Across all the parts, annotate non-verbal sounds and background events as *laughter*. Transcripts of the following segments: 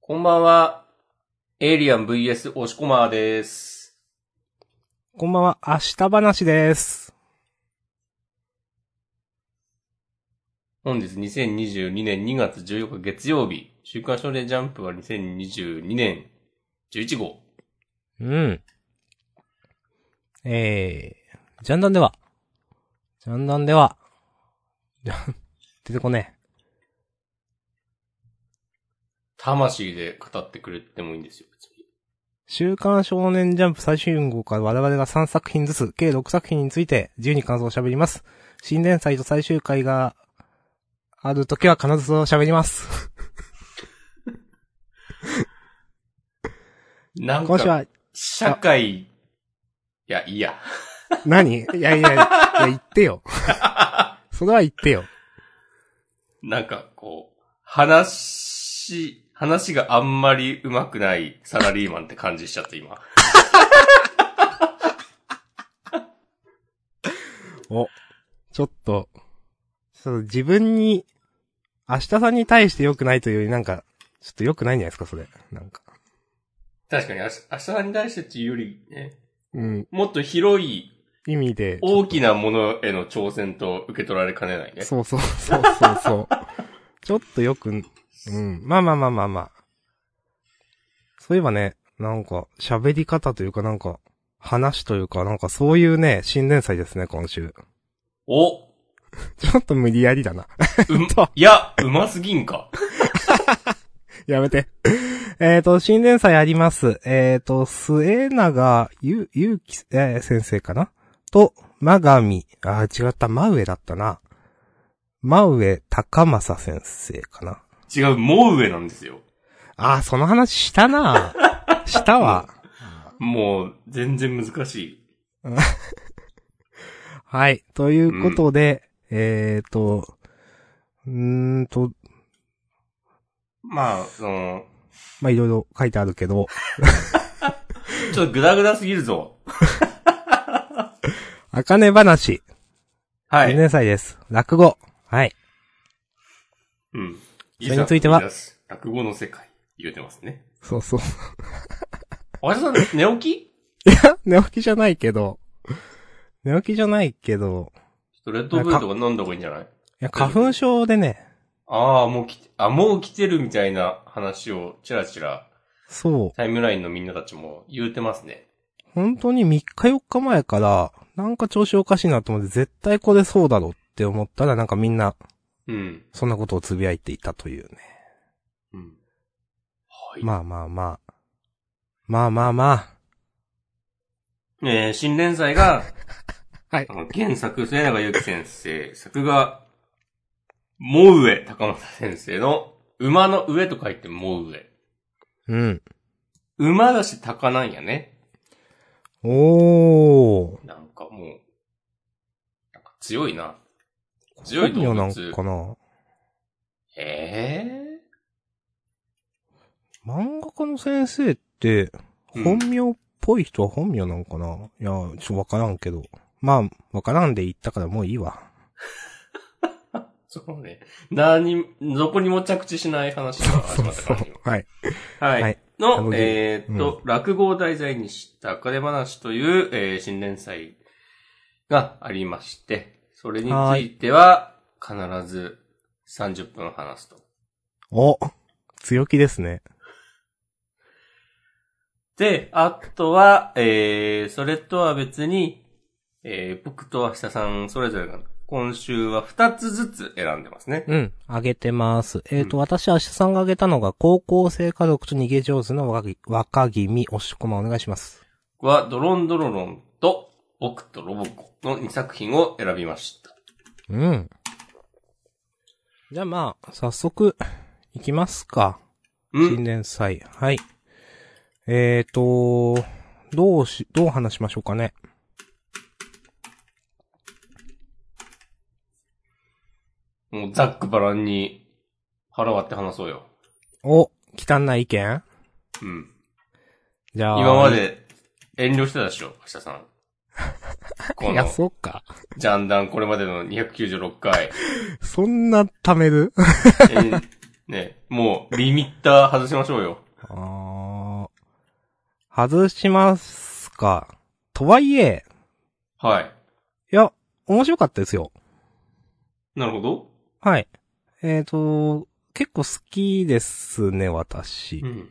こんばんは。エイリアン VS 押しこまーです。こんばんは、明日話です。本日2022年2月14日月曜日、週刊少年ジャンプは2022年11号。うん。えー、ジャンダンでは、ジャンダンでは、じゃ、出てこね魂で語ってくれてもいいんですよ、別に。え。週刊少年ジャンプ最新号から我々が3作品ずつ、計6作品について自由に感想を喋ります。新連載と最終回がある時は必ずそう喋ります。なん今週か、は、社会、いや、いいや。何いやいや、いや言って *laughs* よ。それは言ってよ。なんか、こう、話、話があんまり上手くないサラリーマンって感じしちゃった、今。お、ちょっと、ちょっと自分に、明日さんに対して良くないというより、なんか、ちょっと良くないんじゃないですか、それ。なんか。確かに、あし明日さんに対してっていうよりね、うん、もっと広い意味で、大きなものへの挑戦と受け取られかねないね。そうそうそうそうそう。 *laughs* ちょっとよく、うん、まあまあまあまあまあ。そういえばね、なんか、喋り方というかなんか、話というか、なんかそういうね、新連載ですね、今週。おうちょっと無理やりだな。んと、いや、うますぎんか。やめて。 *laughs* えっと、新連載あります。えっ、と、末永ゆ、ゆうき、えー先生かなと、まがみ。あー、違った。真上だったな。真上高政先生かな。違う、もう上なんですよ。あー、その話し *laughs* たな。したわ。もう、全然難しい。はい。ということで、えっ、と、うーんと、まあ、その、まあ、いろいろ書いてあるけど、ちょっとグダグダすぎるぞ。あかね話。は新い。連載です。落語。はい。うん。それについてはざ落語の世界、言うてますね。そうそう。おやじさん、寝起き *laughs* 寝起きじゃないけど、寝起きじゃないけど、ちょっとレッドブルとか飲んだ方がいいんじゃないいや、花粉症でね、ああ、もう来て、あ、もう来てるみたいな話を、ちらちら、そう、タイムラインのみんなたちも言うてますね。本当に3日4日前から、なんか調子おかしいなと思って、絶対これそうだろうって思ったら、なんかみんな、うん。そんなことをつぶやいていたというね。うん。はい。まあまあまあ。まあまあまあ。えー新連載が、はいあの原作、末永ゆき先生、作画、もう上、高松先生の、馬の上と書いてもう上。うん。馬だし高なんやね。おー。なんかもう、なんか強いな。強い本動名な物んかなえ漫画家の先生って、うん本名っぽい人は本名なんかな、いや、ちょっとわからんけど。まあ、わからんで言ったからもういいわ。ー、そうね。何、どこにも着地しない話が始まった感じの。はい。はい。はいの楽、しいえーっと、落語を題材にしたあかね話という、えー新連載がありまして、それについては、必ず30分話すと。お強気ですね。で、あとは、えー、それとは別に、えー、僕と明日さん、それぞれが、今週は2つずつ選んでますね。うん。あげてます。えっ、と、う私、明日さんがあげたのが、高校生家族と逃げ上手の若木、若君、おしこまお願いします。僕は、ドロンドロロンと、僕とロボコの2作品を選びました。うん。じゃあまあ、早速、いきますか。う新ん。年祭。はい。えっ、ー、と、どうし、どう話しましょうかね。もう、ざっくばらんに、腹割って話そうよ。お、汚ない意見うん。じゃあ。今ま。で遠慮してたでしょ、明日さ *laughs* ん。こいや、の、そっか。ジャンダンこれまでの296回。そんな貯めるえーね、もう、リミッター外しましょうよ。あー外しますか。とはいえ、はい。いや、面白かったですよ。なるほど。はい。えっ、と、結構好きですね、私。うん。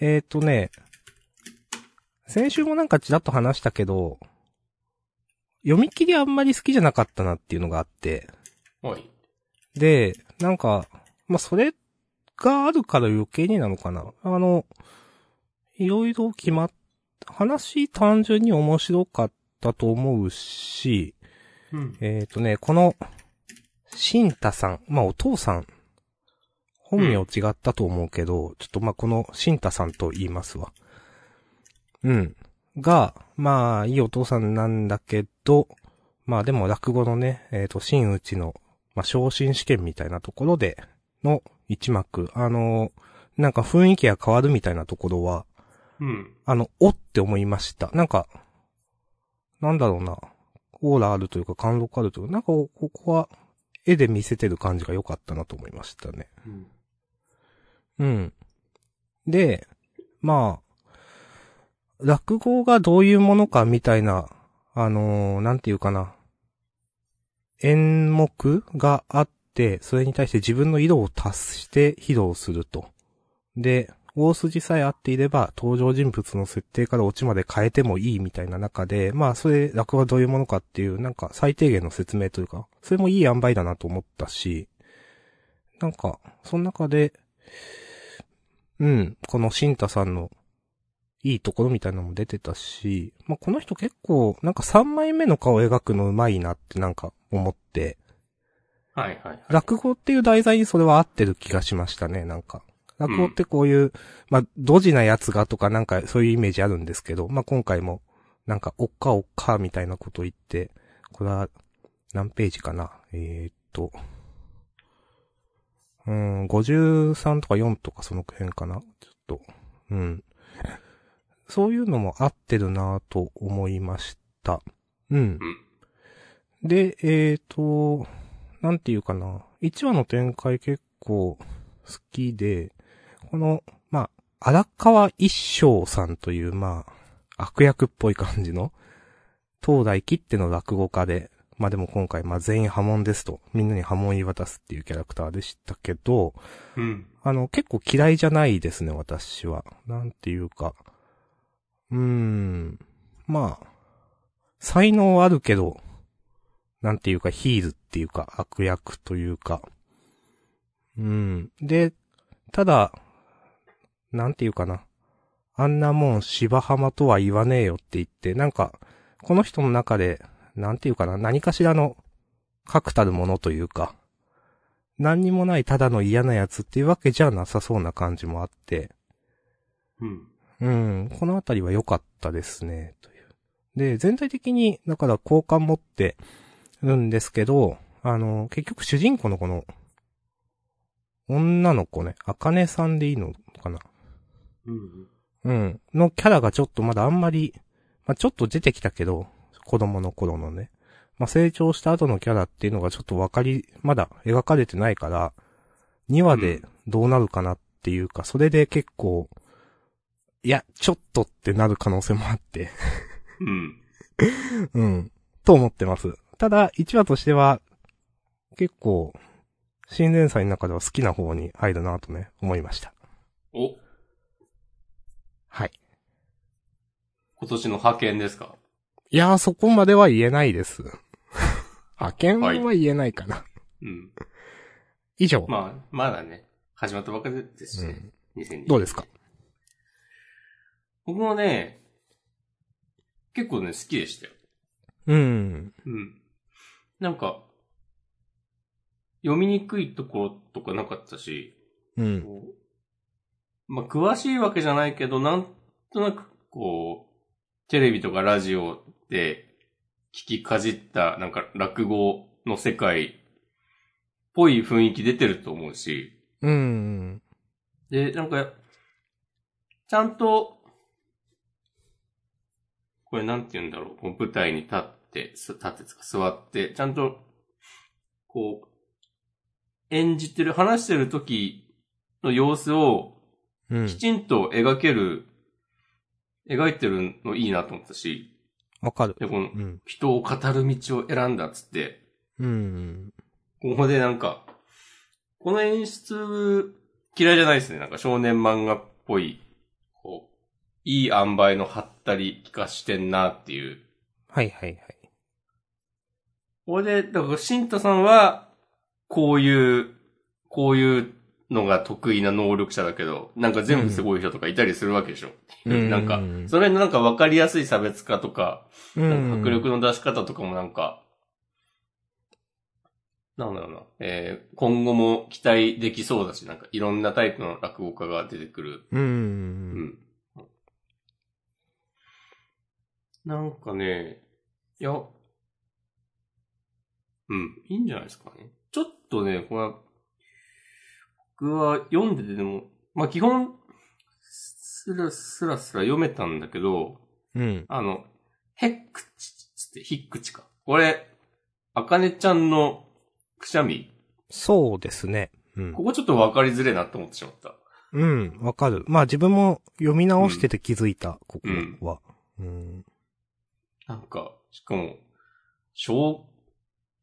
えっ、とね、先週もなんかちらっと話したけど、読み切りあんまり好きじゃなかったなっていうのがあって、はい。で、なんか、まあ、それがあるから余計になのかな。あの、いろいろ決まっ、話単純に面白かったと思うし、うん。えっ、とね、この、シンタさん、まあ、お父さん、本名違ったと思うけど、ちょっとまあ、このシンタさんと言いますわ。うん。が、まあ、いいお父さんなんだけど、まあでも落語のね、えっ、と、真打ちの、まあ、昇進試験みたいなところでの一幕、あのーなんか雰囲気が変わるみたいなところは、うん。あの、おって思いました。なんか、なんだろうな。オーラあるというか貫禄あるというか、なんかこここは絵で見せてる感じが良かったなと思いましたね。うん。うん。で、まあ、落語がどういうものかみたいな、あのーなんていうかな。演目があって、それに対して自分の色を足して披露すると。で、大筋さえ合っていれば、登場人物の設定からオチまで変えてもいいみたいな中で、まあ、それ、落語はどういうものかっていう、なんか、最低限の説明というか、それもいい塩梅だなと思ったし、なんか、その中で、うん、このシンタさんの、いいところみたいなのも出てたし、まあ、この人結構、なんか3枚目の顔を描くのうまいなってなんか思って、はいはい。落語っていう題材にそれは合ってる気がしましたね、なんか。落語ってこういう、まあ、ドジなやつがとかなんかそういうイメージあるんですけど、まあ、今回も、なんか、おっかおっかみたいなこと言って、これは、何ページかなえー、っと、うーん、53とか4とかその辺かなちょっと、うん。そういうのも合ってるなぁと思いました。うん。で、えー、っと、なんていうかな。1話の展開結構好きで、この、まあ、荒川一生さんという、まあ、悪役っぽい感じの、東大切手の落語家で、まあでも今回、まあ全員波紋ですと、みんなに波紋言い渡すっていうキャラクターでしたけど、うん。あの、結構嫌いじゃないですね、私は。なんていうか。うーん。まあ、才能はあるけど、なんていうか、ヒールっていうか、悪役というか。うん。で、ただ、なんていうかな。あんなもん芝浜とは言わねえよって言って、なんか、この人の中で、なんていうかな、何かしらの、確たるものというか、何にもないただの嫌なやつっていうわけじゃなさそうな感じもあって、うん。うん、このあたりは良かったですね、という。で、全体的に、だから好感持ってるんですけど、あの、結局主人公のこの、女の子ね、あかねさんでいいのかなうん。うん。のキャラがちょっとまだあんまり、まあ、ちょっと出てきたけど、子供の頃のね。まあ、成長した後のキャラっていうのがちょっとわかり、まだ描かれてないから、2話でどうなるかなっていうか、それで結構、いや、ちょっとってなる可能性もあ *laughs* って、うん。うん。と思ってます。ただ、1話としては、結構、新連載の中では好きな方に入るなとね、思いました。お、はい。今年の派遣ですかいやー、そこまでは言えないです。 *laughs* 派遣は言えないかな。うん。以上、まあ、まだね、始まったばっかりですし、うん2020どうですか僕もね、結構ね、好きでしたよ。うん。うん。なんか、読みにくいところとかなかったし、うん。こうまあ、詳しいわけじゃないけど、なんとなく、こう、テレビとかラジオで聞きかじった、なんか落語の世界っぽい雰囲気出てると思うし、うん。で、なんか、ちゃんと、これなんて言うんだろう、こう舞台に立って、す立ってつか座って、ちゃんと、こう、演じてる、話してる時の様子をうんき。ちんと描ける、描いてるのいいなと思ったし、わかる。で、このうん。人を語る道を選んだっつって、うん。ここでなんか、この演出嫌いじゃないですね。なんか少年漫画っぽい、こう、いい塩梅の張ったり聞かしてんなっていう。はいはいはい。これで、だから、シンタさんは、こういう、こういうのが得意な能力者だけど、なんか全部すごい人とかいたりするわけでしょ。うんなんかう、んそれのなんか分かりやすい差別化とか、うなんか迫力の出し方とかもなんか、なんだろうな、えー今後も期待できそうだし、なんかいろんなタイプの落語家が出てくる。う。うんん。なんかね、いや、うん、いいんじゃないですかね。ちょっとね、これは、僕は読んでてでも、まあ基本、すらすらすら読めたんだけど、うん。あの、へっくち、つって、ひっくちか。これ、あかねちゃんのくしゃみ。そうですね。うんこ。こちょっと分かりづれえなって思ってしまった。うん。わかる。まあ自分も読み直してて気づいた、ここは。うん。なんか、しかも、小、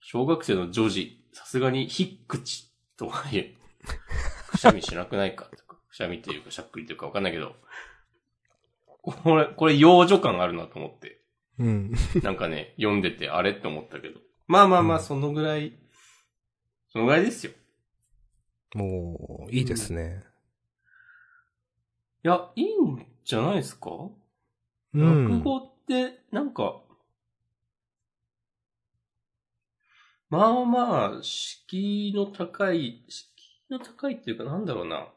小学生の女児、さすがにひっくちとはいえ、くしゃみしなくないかとか、くしゃみっていうかしゃっくりというかわかんないけど、これ、これ幼女感あるなと思って。うん。なんかね、読んでてあれって思ったけど。まあまあまあ、うんそのぐらい、そのぐらいですよ。もう、いいですね。いや、いいんじゃないですか、うん。落語って、なんか、まあまあ、敷居の高い、敷居の高いっていうかなんだろうな。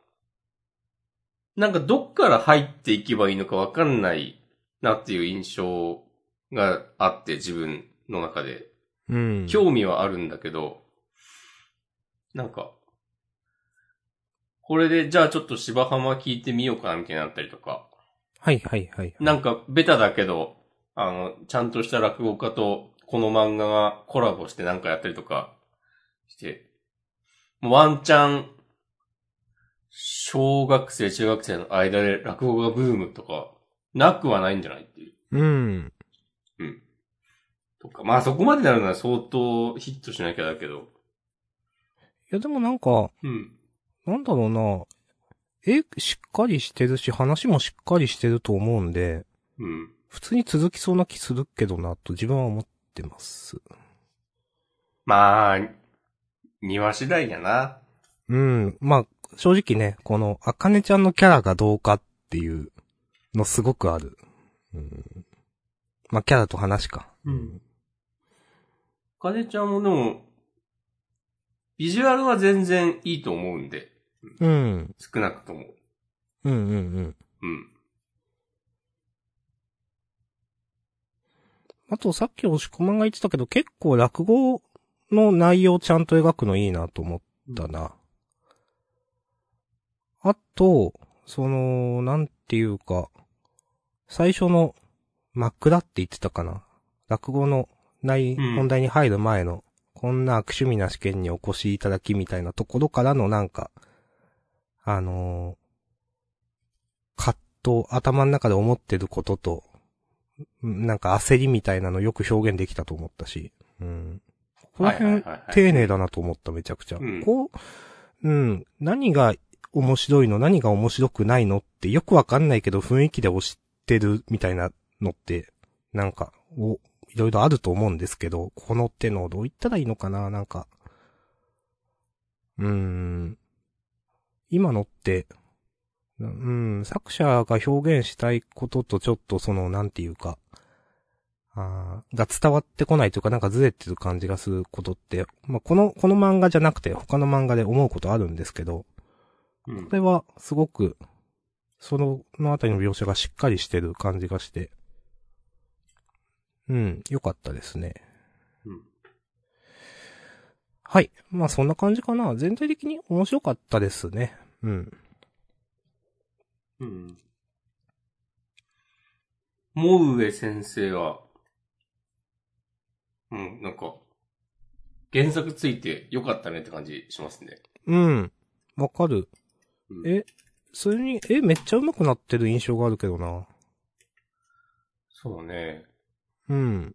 なんかどっから入っていけばいいのかわかんないなっていう印象があって、自分の中で。うん。興味はあるんだけど、なんか、これで、じゃあちょっと芝浜聞いてみようかな、みたいになったりとか。はいはいはい。なんか、ベタだけど、あの、ちゃんとした落語家と、この漫画がコラボしてなんかやったりとか、して、もうワンチャン、小学生、中学生の間で落語がブームとか、なくはないんじゃないっていう。うん。とか、まあそこまでなるのは相当ヒットしなきゃだけど。いやでもなんか、うん。なんだろうな。え、しっかりしてるし、話もしっかりしてると思うんで、うん。普通に続きそうな気するけどな、と自分は思ってます。まあ、庭次第やな。うん。まあ、正直ね、この、あかねちゃんのキャラがどうかっていうのすごくある。うん。まあ、キャラと話か。うん。風ちゃんもでも、ビジュアルは全然いいと思うんで、うん。少なくとも。うんうんうん。うん。あと、さっき押し込まんが言ってたけど、結構落語の内容ちゃんと描くのいいなと思ったな。あと、その、なんていうか、最初の、枕って言ってたかな。落語のう内、ん本題に入る前の、こんな悪趣味な試験にお越しいただきみたいなところからのなんか、あのー葛藤、頭の中で思ってることと、んなんか焦りみたいなのよく表現できたと思ったし、うん。このはい辺はいはいはい、丁寧だなと思った、めちゃくちゃ。うんこう、うん、何が面白いの、何が面白くないのってよくわかんないけど雰囲気で押してるみたいなのって、なんか、お、いろいろあると思うんですけど、この手のどう言ったらいいのかな、なんか。うーん。今のって、うん、作者が表現したいこととちょっとその、なんていうか、あーが伝わってこないというかなんかずれてる感じがすることって、まあ、この、この漫画じゃなくて他の漫画で思うことあるんですけど、うんこれはすごく、その、のあたりの描写がしっかりしてる感じがして、うん、良かったですね。うんはい。まあそんな感じかな。全体的に面白かったですね。うん。うん。もう上先生は、うん、なんか、原作ついてよかったねって感じしますね。うん。わかる。うんえそれに、え、めっちゃ上手くなってる印象があるけどな。そうね。うん。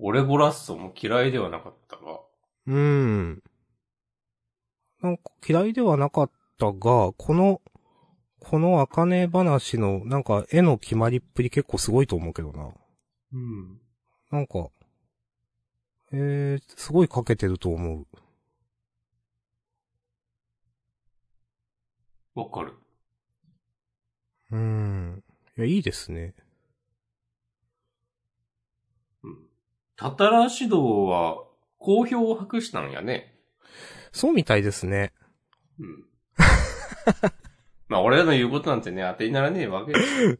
オレゴラッソも嫌いではなかったが。うん。なんか嫌いではなかったが、この、この茜話のなんか絵の決まりっぷり結構すごいと思うけどな。うん。なんか、えー、すごいかけてると思う。わかる。うん。いや、いいですね。うん。たたら指導は、好評を博したんやね。そうみたいですね。 *laughs* うん。まあ、俺らの言うことなんてね、当てにならねえわけです。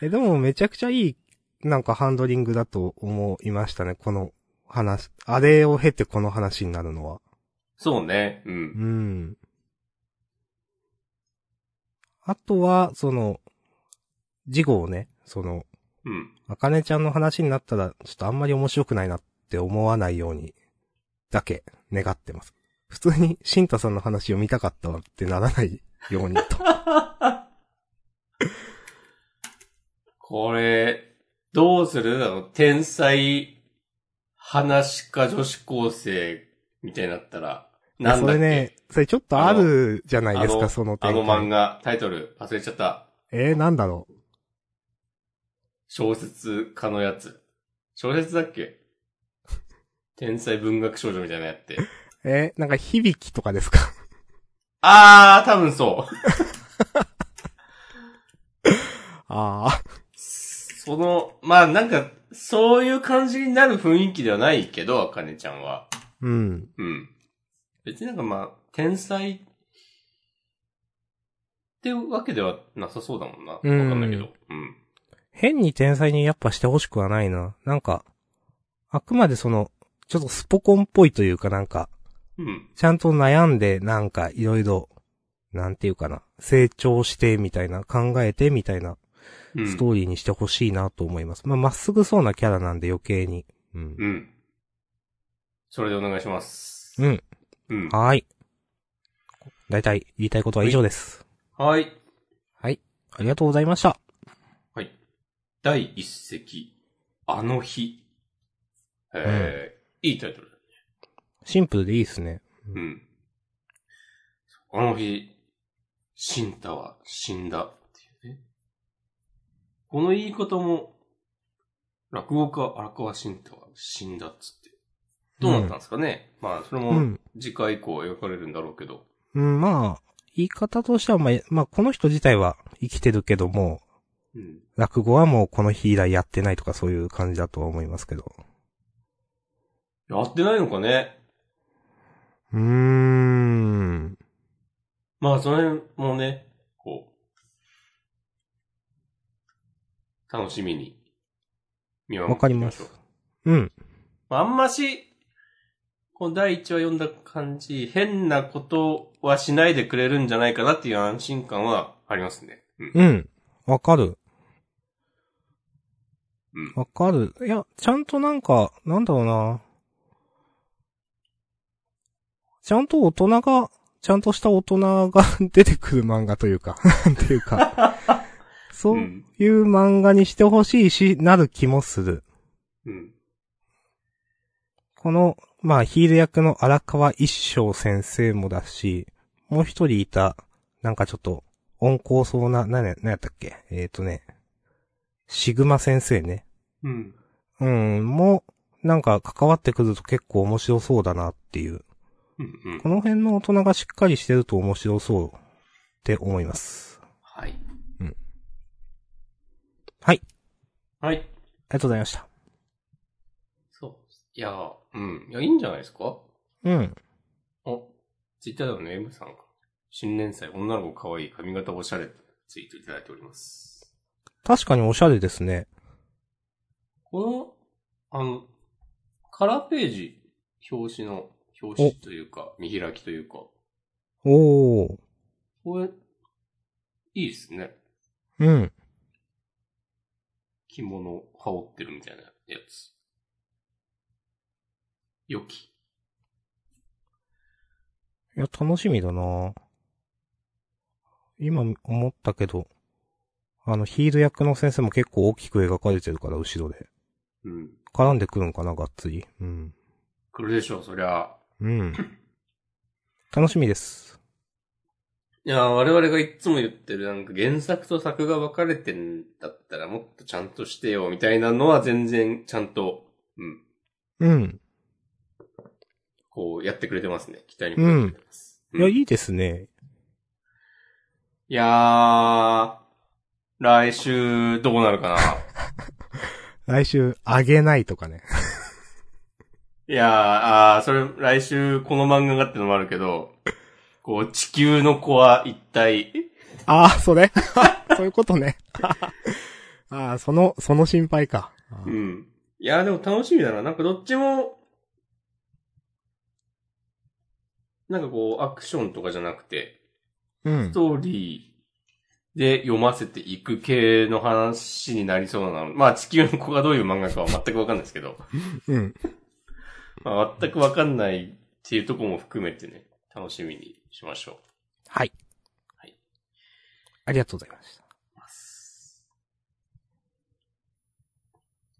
え、でもめちゃくちゃいい、なんかハンドリングだと思いましたね、この話。あれを経てこの話になるのは。そうね。う。うんん。あとは、その、事後をね、その、うん。あかねちゃんの話になったら、ちょっとあんまり面白くないなって思わないように、だけ願ってます。普通に、シンタさんの話を見たかったわってならないようにと。これ、どうするあの、天才、話か女子高生、みたいになったら、 *laughs* なんだっそけれね、それちょっとあるじゃないですあか、のそのあ展の漫開。画、タイトル、忘れちゃった。えー、なんだろう。小説家のやつ。小説だっ *laughs* け天才文学少女みたいなやって。えー、なんか響きとかですか *laughs* あー、多分そう。あその、まあなんか、そういう感じになる雰囲気ではないけど、あかねちゃんは。あ、うん。うん。別になんかまあ、天才ってわけではなさそうだもんな。わかうんんないけど。うん。変に天才にやっぱしてほしくはないな。なんか、あくまでその、ちょっとスポコンっぽいというかなんか、うん。ちゃんと悩んでなんかいろいろ、なんていうかな、成長してみたいな、考えてみたいなうん。ストーリーにしてほしいなと思います。まあ、まっすぐそうなキャラなんで余計に。うん。うん。それでお願いします。うん。うん。はーい。だいたい言いたいことは以上です。はい。はい。ありがとうございました。はい。第一席、あの日。えー、いいタイトル。シンプルでいいですね。うん。あの日、シンタは死んだっていうね。この言い方も、落語家荒川慎太は死んだっつって。どうなったんですかね、まあ、それうもん次回以降描かれるんだろうけど。うん、まあ、言い方としては、まあ、まあ、この人自体は生きてるけども、うん。落語はもうこの日以来やってないとかそういう感じだとは思いますけど。やってないのかねうーん。まあ、その辺もね、こう、楽しみに見守わってかいりきまましすょう。。うん。まあ、あんまし、この第一話読んだ感じ、変なことはしないでくれるんじゃないかなっていう安心感はありますね。うん。うん。わかる。うんわかる。いや、ちゃんとなんか、なんだろうな。ちゃんと大人が、ちゃんとした大人が *laughs* 出てくる漫画というか、 *laughs* なんていうか。 *laughs* そううんいう漫画にしてほしいし、なる気もする。うん。この、まあ、ヒール役の荒川一生先生もだし、もう一人いた、なんかちょっと、温厚そうな、な、なんやったっけえっ、ー、とね、シグマ先生ね。うん。うん、も、なんか関わってくると結構面白そうだなっていう。うん。うんこ。の辺の大人がしっかりしてると面白そうって思います。はい。はい。はい。ありがとうございました。そう。いやー、うん。いや、いいんじゃないですかうん。お、ツイッターでもね、M さんが、新年祭、女の子可愛い、髪型おしゃれ、ツイートいただいております。確かにおしゃれですね。この、あの、カラーページ、表紙の、表紙というか、見開きというか、おー。これ、いいですね。うん。着物を羽織ってるみたいなやつ。良き。いや、楽しみだな今思ったけど、あの、ヒール役の先生も結構大きく描かれてるから、後ろで。うん。絡んでくるんかな、がっつり。うん。来るでしょう、そりゃ。うん。 *laughs* 楽しみです。いやー、我々がいつも言ってる、なんか原作と作が分かれてんだったらもっとちゃんとしてよ、みたいなのは全然ちゃんと、うん、うん。こうやってくれてますね。期待に応えてくれてます。いや、うんいいですね。いやー、来週どうなる *laughs* かな。来週、あげないとかね。いやー、あーそれ、来週この漫画がってのもあるけど、こう、地球の子は一体、ああ、それ *laughs* そういうことね。 *laughs* ああ、その、その心配か。あうーん。いやー、でも楽しみだな。なんかどっちも、なんかこう、アクションとかじゃなくて、うんス。トーリーで読ませていく系の話になりそうなの。まあ、地球の子がどういう漫画かは全くわかんないですけど、うん。まあ、全くわかんないっていうところも含めてね、楽しみにしましょう。はい。はいありがとうございました。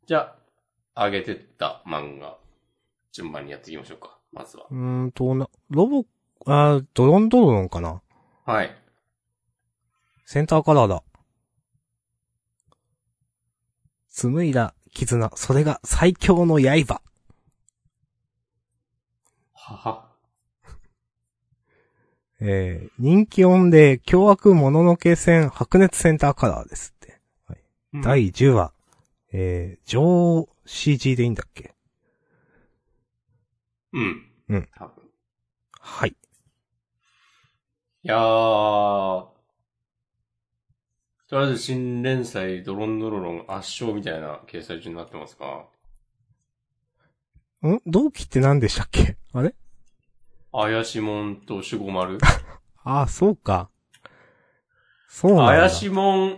じゃあ、上げてった漫画、順番にやっていきましょうか。まずは。うーんと、な、ロボ、あードロンドロンかなはい。センターカラーだ。紡いだ絆、それが最強の刃。はは。えー、人気音で凶悪もののけ戦白熱センターカラーですって。第10話。えー、上 CG でいいんだっけうん。うん。多分。はい。いやー。とりあえず新連載ドロンドロロン圧勝みたいな掲載中になってますかん同期って何でしたっけあれ怪しもんと守護丸。ああ、そうか。そうなんだ。怪しもん。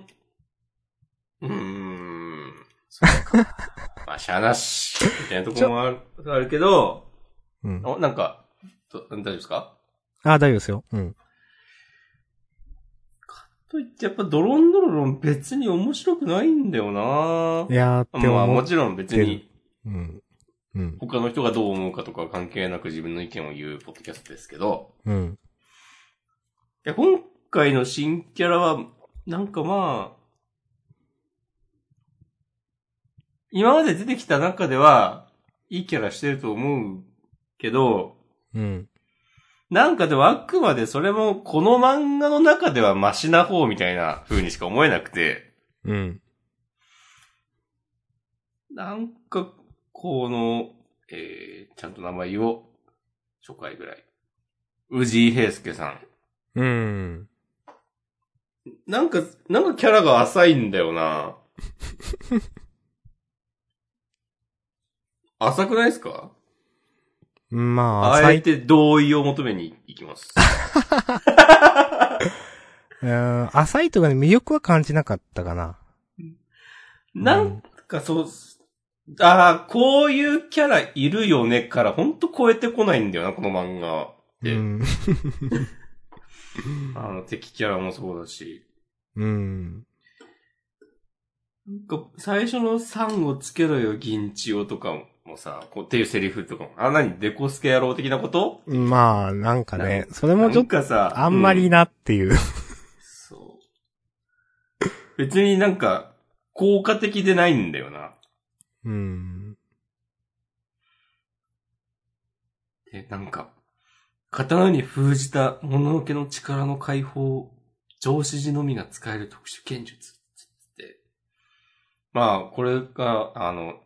うーん。 *laughs* そうか。まあ、しゃあなし。みたいなとこもあるあるけど、うん。あお、なんか、ど大丈夫ですかあ、大丈夫ですよ。うん。と言って、やっぱドロンドロロン別に面白くないんだよないやー、ってまあ思もう。ちろん別出にるうん。うん。他の人がどう思うかとかは関係なく自分の意見を言うポッドキャストですけど、うん。いや、今回の新キャラは、なんかまあ、今まで出てきた中では、いいキャラしてると思うけど、うん。なんかでもあくまでそれもこの漫画の中ではマシな方みたいな風にしか思えなくて、うん。なんか、この、えー、ちゃんと名前を、初回ぐらい。宇治井平介さん。うん。なんか、なんかキャラが浅いんだよな *laughs* 浅くないですかまあ、あえて同意を求めに行きます。うん、浅いとかに魅力は感じなかったかな。なんかそう、ああ、こういうキャラいるよねから、ほんと超えてこないんだよな、この漫画は。うでん。あの、敵キャラもそうだし。うん。なんか最初の3をつけろよ、銀千代とかもさ、こうっていうセリフとかも。あ、なに、デコスケ野郎的なことまあ、なんかねな、それもちょっと、なんかさ、あんまうりなっていう。そう。別になんか、効果的でないんだよな。うん。え、なんか、刀に封じた物のけの力の解放、上司時のみが使える特殊剣術。つって。まあ、これが、あの、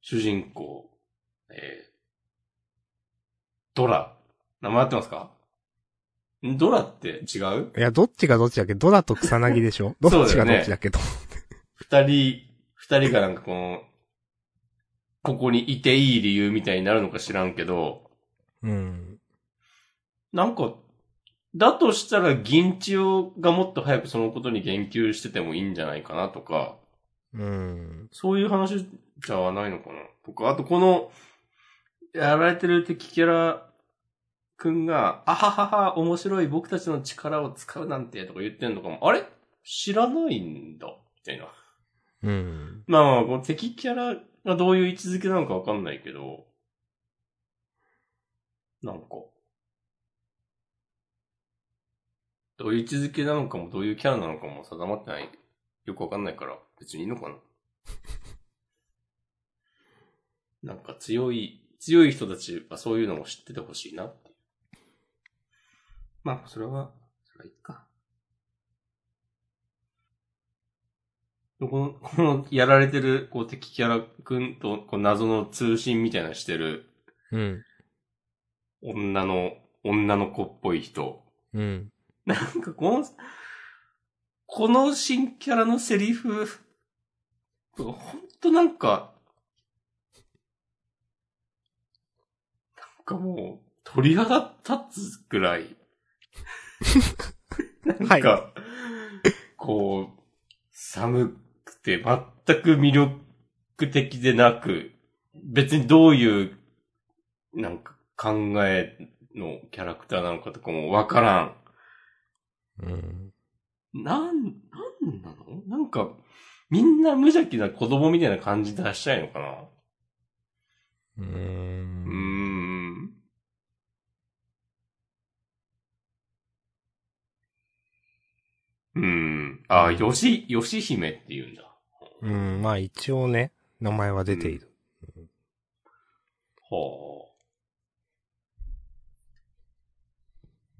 主人公、えードラ。名前合ってますかんドラって違ういや、どっちがどっちだっけドラと草薙でしょどっちがどっちだっけと。二人、二人がなんかこの、ここにいていい理由みたいになるのか知らんけど、うん。なんか、だとしたら銀千代がもっと早くそのことに言及しててもいいんじゃないかなとか、うん。そういう話じゃないのかなとか、あとこの、やられてる敵キャラくんが、あははは、面白い僕たちの力を使うなんてとか言ってんのかも、あれ知らないんだみたいな。うん。まあまあ、この敵キャラがどういう位置づけなのかわかんないけど、なんか、どういう位置づけなのかも、どういうキャラなのかも定まってない。よくわかんないから、別にいいの *laughs* かな。なんか強い、強い人たちはそういうのも知っててほしいなっていう。まあ、それは、それはいいか。この、 *laughs* このやられてる、こう敵キャラくんと、こう謎の通信みたいなしてる、うん。女の、女の子っぽい人。うん。なんかこの、この新キャラのセリフ、ほんとなんか、なんかもう、鳥肌立つくらい、 *laughs* はなんい。か、こう、寒くて全く魅力的でなく、別にどういう、なんか考えのキャラクターなのかとかもわからん。うん。なん、なんなのなんか、みんな無邪気な子供みたいな感じ出したいのかなううーん。ん。うーん。あ、よし、よし姫って言うんだ。うん。まあ一応ね、名前は出ている。はあ。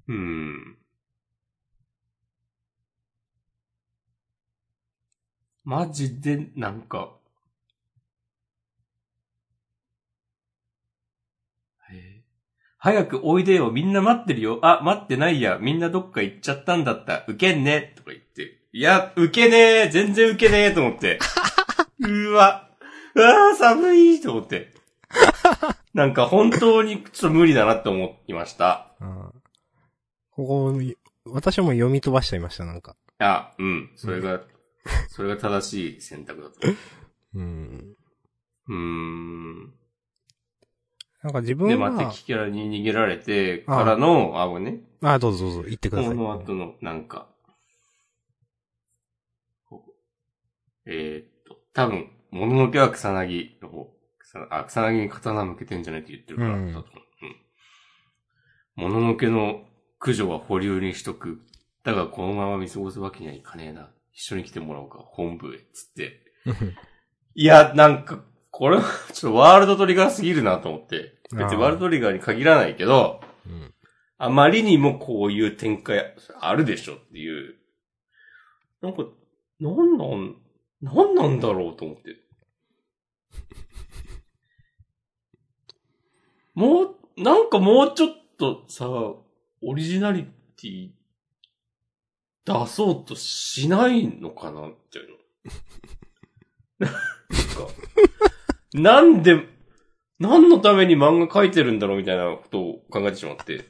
うん。マジで、なんか。へえ早くおいでよ、みんな待ってるよ。あ、待ってないや、みんなどっか行っちゃったんだった。ウケんね、とか言って。いや、ウケねえ、全然ウケねえ、と思って。うわ、うわー、寒い、と思って。なんか本当にちょっと無理だなって思いました。うん。ここ、私も読み飛ばしちゃいました、なんか。あ、うん。それが、それが正しい選択だと。うん。うーん。なんか自分で、は、まあ、敵キャラに逃げられてからの、あ、ごめんね。あ、どうぞどうぞ、言ってくださこい。の後の、なんか、こうえーっと、多分、もののけは草薙の方、草あ、草薙に刀向けてんじゃねって言ってるから、うん多分うんもののけの駆除は保留にしとく。だが、このまま見過ごすわけにはいかねえな。一緒に来てもらおうか、本部へ、つって。うんいや、なんか、これは、ちょっとワールドトリガーすぎるなと思って。別あにーワールドトリガーに限らないけど、うん。あまりにもこういう展開あるでしょっていう。なんか、なんなん、なんなんだろうと思って。もう、なんかもうちょっとさ、オリジナリティ出そうとしないのかなっていうの。なんか、なんで、何のために漫画描いてるんだろうみたいなことを考えてしまって。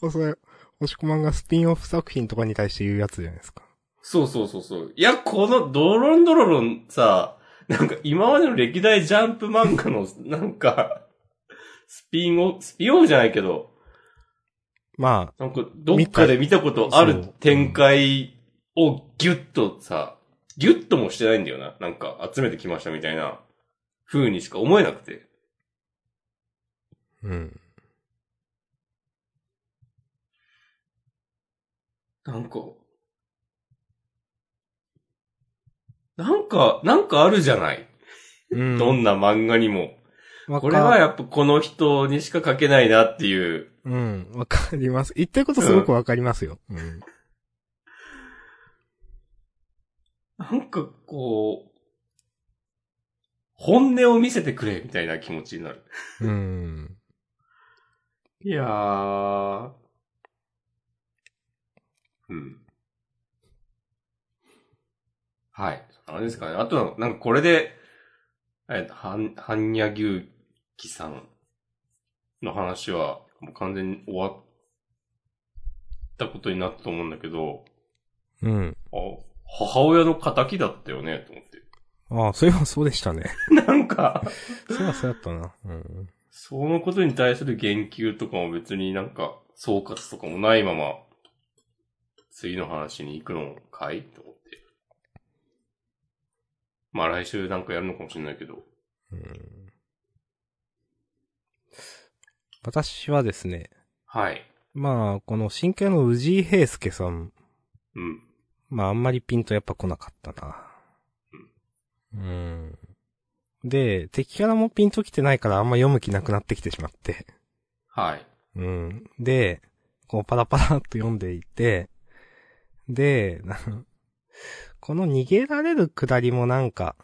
おそれ、押し込まんがスピンオフ作品とかに対して言うやつじゃないですか。そうそうそうそう。いや、このドロンドロロンさ、なんか今までの歴代ジャンプ漫画の、 *laughs* なんか、スピンを、スピンオフじゃないけど、まなんかどっかで見たことある展開をギュッとさ、ギュッともしてないんだよな。なんか集めてきましたみたいな風にしか思えなくて。あ、うん。なんか、なんか、なんかあるじゃない。うんどんな漫画にも。わかこれはやっぱこの人にしか書けないなっていう。うん、わかります。言ってることすごくわかりますよ。うん。なんかこう、本音を見せてくれみたいな気持ちになる。うん。いやー。うん。はい。あれですかね。あと、なんかこれで、えっと、はん、はんやぎゅうきさんの話は、もう完全に終わったことになったと思うんだけど、うん。あ、母親の仇だったよね、と思って。ああ、そういえばそうでしたね。なんか、そういえばそうだったな。うん。そのことに対する言及とかも別になんか、総括とかもないまま、次の話に行くのかいと思って。まあ来週なんかやるのかもしれないけど。うん、私はですね、はい。まあ、この真剣の宇治井平介さん、うん。まああんまりピンとやっぱ来なかったな。うん。で、敵キャラもピンと来てないからあんま読む気なくなってきてしまって。はい。うん。で、こうパラパラっと読んでいて、で、なこの逃げられるくだりもなんか、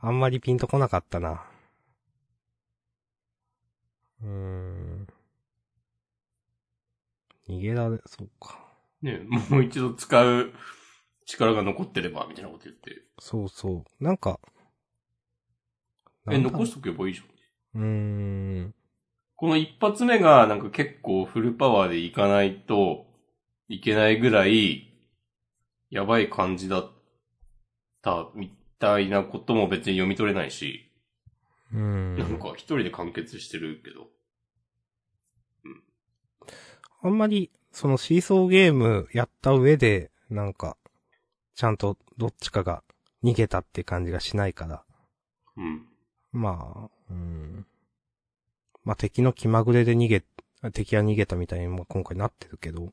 あんまりピンとこなかったな。うーん。逃げられ、そうか。ねもう一度使う力が残ってれば、みたいなこと言って。そうそう。なんか。え、なんだ残しとけばいいじゃん。うーん。この一発目がなんか結構フルパワーでいかないといけないぐらいやばい感じだったみたいなことも別に読み取れないし、うーん。なんか一人で完結してるけど。あんまり、そのシーソーゲームやった上で、なんか、ちゃんとどっちかが逃げたって感じがしないから。うん。まあ、うん。まあ敵の気まぐれで逃げ、敵は逃げたみたいにも今回なってるけど。う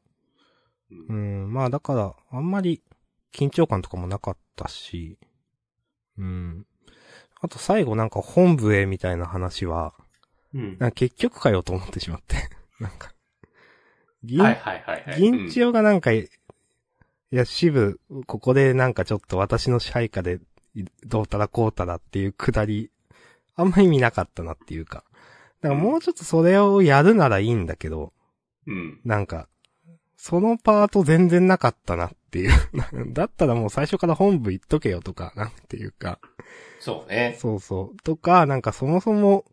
うんん、まあだから、あんまり緊張感とかもなかったし、うん。あと最後なんか本部へみたいな話は、うん。なんか結局かよと思ってしまって。 *laughs* なんか、銀はいはいはいはい。銀千を、代がなんか、いや、支部、ここでなんかちょっと私の支配下で、いどうたらこうたらっていうくだり、あんま意味なかったなっていうか。だからもうちょっとそれをやるならいいんだけど、うん。なんか、そのパート全然なかったなっていう。 *laughs* だったらもう最初から本部行っとけよとか、なんていうか。そうね。そうそう。とか、なんかそもそも、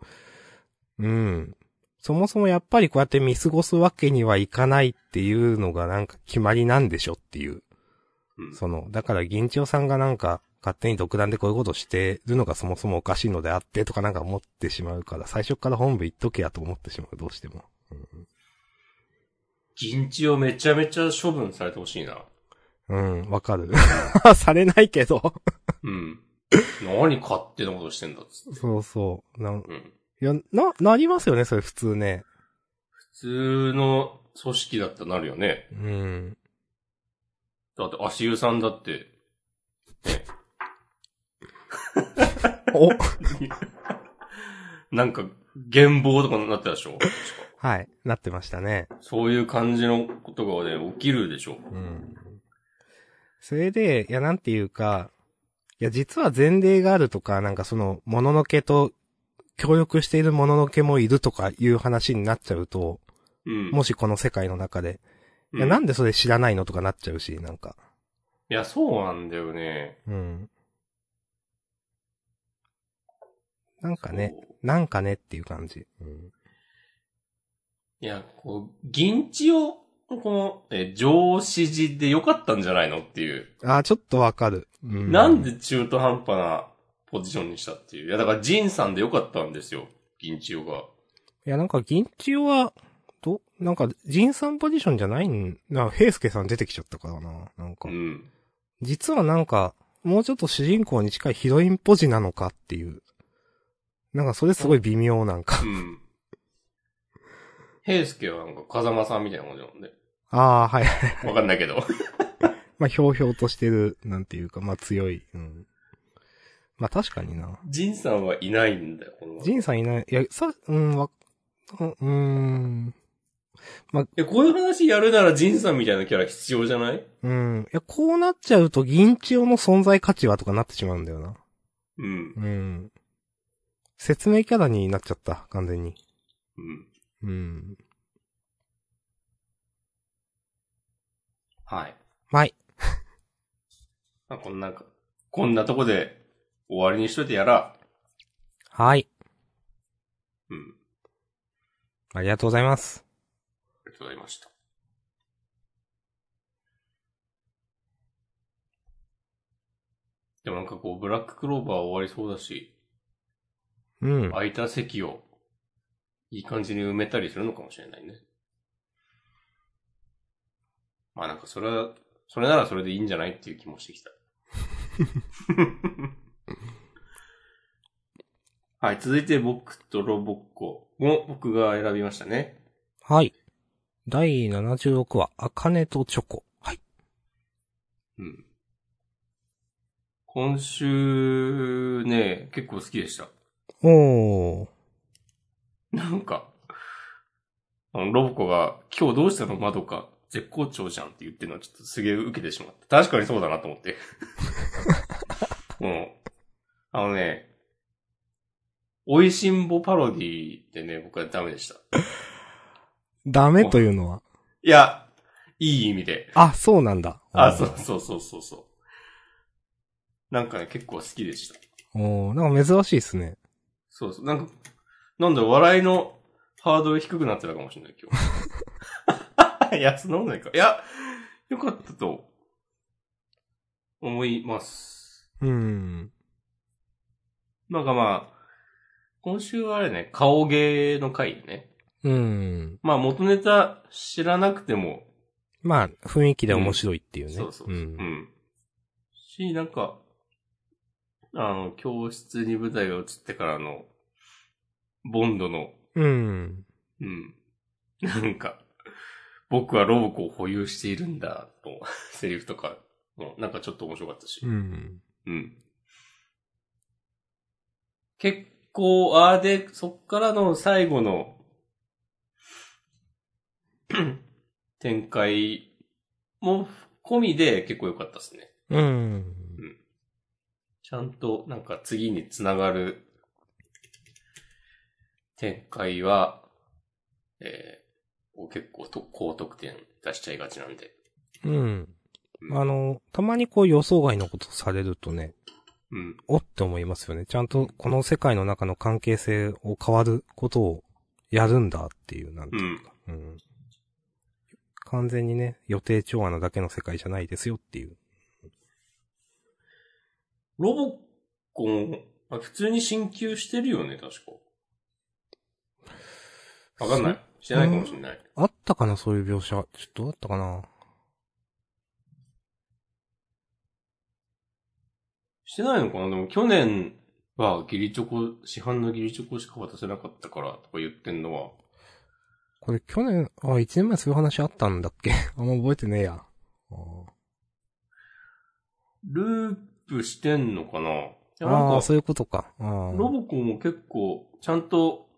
うん。そもそもやっぱりこうやって見過ごすわけにはいかないっていうのがなんか決まりなんでしょっていう。うんその、だから銀千代さんがなんか勝手に独断でこういうことしてるのがそもそもおかしいのであってとかなんか思ってしまうから、最初から本部行っとけやと思ってしまう、どうしても。銀千代めちゃめちゃ処分されてほしいな。うん、わかる。 *laughs* されないけど。うん。何勝手なことしてんだっつって。そうそう。なうん、ん。いや、な、なりますよね、それ普通ね。普通の組織だったらなるよね。うん。だって、足湯さんだって、ね、おなんか、減暴とかになってたでしょ確かはい、なってましたね。そういう感じのことがね、起きるでしょうん。それで、いや、なんていうか、いや、実は前例があるとか、なんかその、もののけと、協力しているもののけもいるとかいう話になっちゃうと、うん。もしこの世界の中で、ういや、なんいでそれ知らないのとかなっちゃうし、なんか。や、そうなんだよね。うん。なんかね、そう。なんかねっていう感じ。うん。いや、こう、銀地を、この、え、上司時でよかったんじゃないのっていう。あーちょっとわかる。うんなんで中途半端なポジションにしたっていう。いや、だから、ジンさんでよかったんですよ。銀千代が。いや、なんか、銀千代は、ど、なんか、人さんポジションじゃないん、な、平介さん出てきちゃったからな。なんかう、ん。実はなんか、もうちょっと主人公に近いヒロインポジなのかっていう。なんか、それすごい微妙なんかう。ん。平介はなんか風間さんみたいなもんじゃんね。ああ、はい。 *laughs* わかんないけど。まあ、ひょうひょうとしてる、なんていうか、まあ、強い。うん。まあ、確かにな。仁さんはいないんだよ、この。仁さんいない、いや、さ、うん、わ、うんうーん、え、こういう話やるなら仁さんみたいなキャラ必要じゃないうん。いや、こうなっちゃうと、銀千代の存在価値はとかなってしまうんだよな。うんう。ん。説明キャラになっちゃった、完全に。うん。うん。はい。はい。まあ、こんな、こんなとこで終わりにしといてやら。はい。うん。ありがとうございます。ありがとうございました。でもなんかこう、ブラッククローバー終わりそうだし、うん。空いた席を、いい感じに埋めたりするのかもしれないね。まあなんかそれは、それならそれでいいんじゃないっていう気もしてき *laughs* た。はい、続いて僕とロボッコを僕が選びましたね。はい。第76話、あかねとチョコ。はい。うん。今週ね、結構好きでした。おー。 *laughs* なんか、あの、ロボコが、今日どうしたの窓か、絶好調じゃんって言ってるのはちょっとすげえ受けてしまった。確かにそうだなと思って。 *laughs* うん。あのね、美味しんぼパロディってね、僕はダメでした。ダメというのは。いや、いい意味で。あ、そうなんだ。あ、そうそうそうそうそう。なんかね、結構好きでした。おー。おー、なんか珍しいですね。そうそう。なんか、なんだろう、笑いのハードル低くなってたかもしれない、今日。い *laughs* や、そんなことないか。いや、よかったと、思います。うん。なんかまあ、今週はあれね、顔芸の回ね。うん。まあ、元ネタ知らなくても、まあ、雰囲気で面白いっていうね。そうそうそう。ううんん。。し、なんか、あの、教室に舞台が移ってからの、ボンドのうん。うん。なんか、僕はロボコを保有しているんだ、と、 *laughs* セリフとかも、なんかちょっと面白かったし。うん。うん結構、あーで、そっからの最後の、 *clears throat* 展開も込みで結構良かったですね。うん。ちゃんと、なんか次につながる展開は、えーこう結構と高得点出しちゃいがちなんで。うん。あの、たまにこう予想外のことされるとね、うん。おって思いますよね。ちゃんとこの世界の中の関係性を変わることをやるんだっていう、なんていうか、うん。完全にね、予定調和のだけの世界じゃないですよっていう。ロボッコも、あ普通に進級してるよね、確か。わかんない。してないかもしれない。あったかなそういう描写。ちょっとあったかなしてないのかなでも去年はギリチョコ、市販のギリチョコしか渡せなかったからとか言ってんのは、これ去年、あ、一年前そういう話あったんだっけ *laughs* あんま覚えてねえや。あループしてんのかないーやなんあかー、そういうことか。あーロボコも結構、ちゃんと、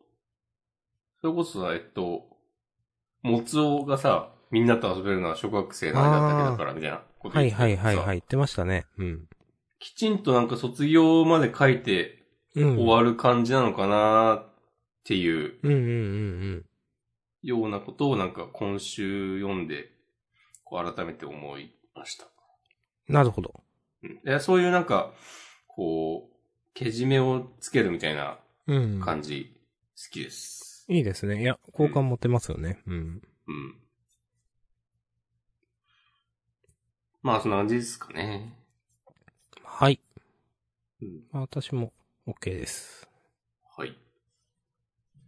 それこそさ、えっと、モツオがさ、みんなと遊べるのは小学生の間だけだから、みたいなことは言いってはいはいはい、い。言ってましたね。うん。きちんとなんか卒業まで書いてうん。終わる感じなのかなっていううんうんうんうん。ようなことをなんか今週読んで、こう改めて思いました。なるほど。うんでそういうなんか、こう、けじめをつけるみたいなうん。感じ、好きです。いいですね。いや、好感持てますよね。うん。うん。まあ、そんな感じですかね。はい。うん。まあ、私も、OK です。はい。じ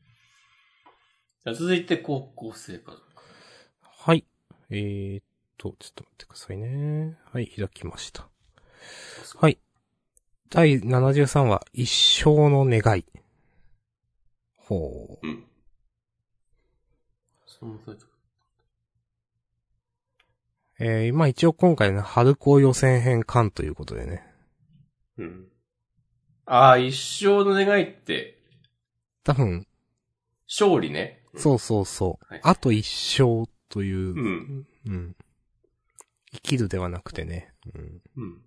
ゃあ続いて、高校生活。はい。えー、っと、ちょっと待ってくださいね。はい、開きました。はい。第73話、一生の願い。ほう。うん。そのタイトルえー、まあ一応今回ね、春高予選編巻ということでね。うん。ああ、一生の願いって、多分、勝利ね。そうそうそう。はいあと一生という、んうん生きるではなくてね。うん。うん。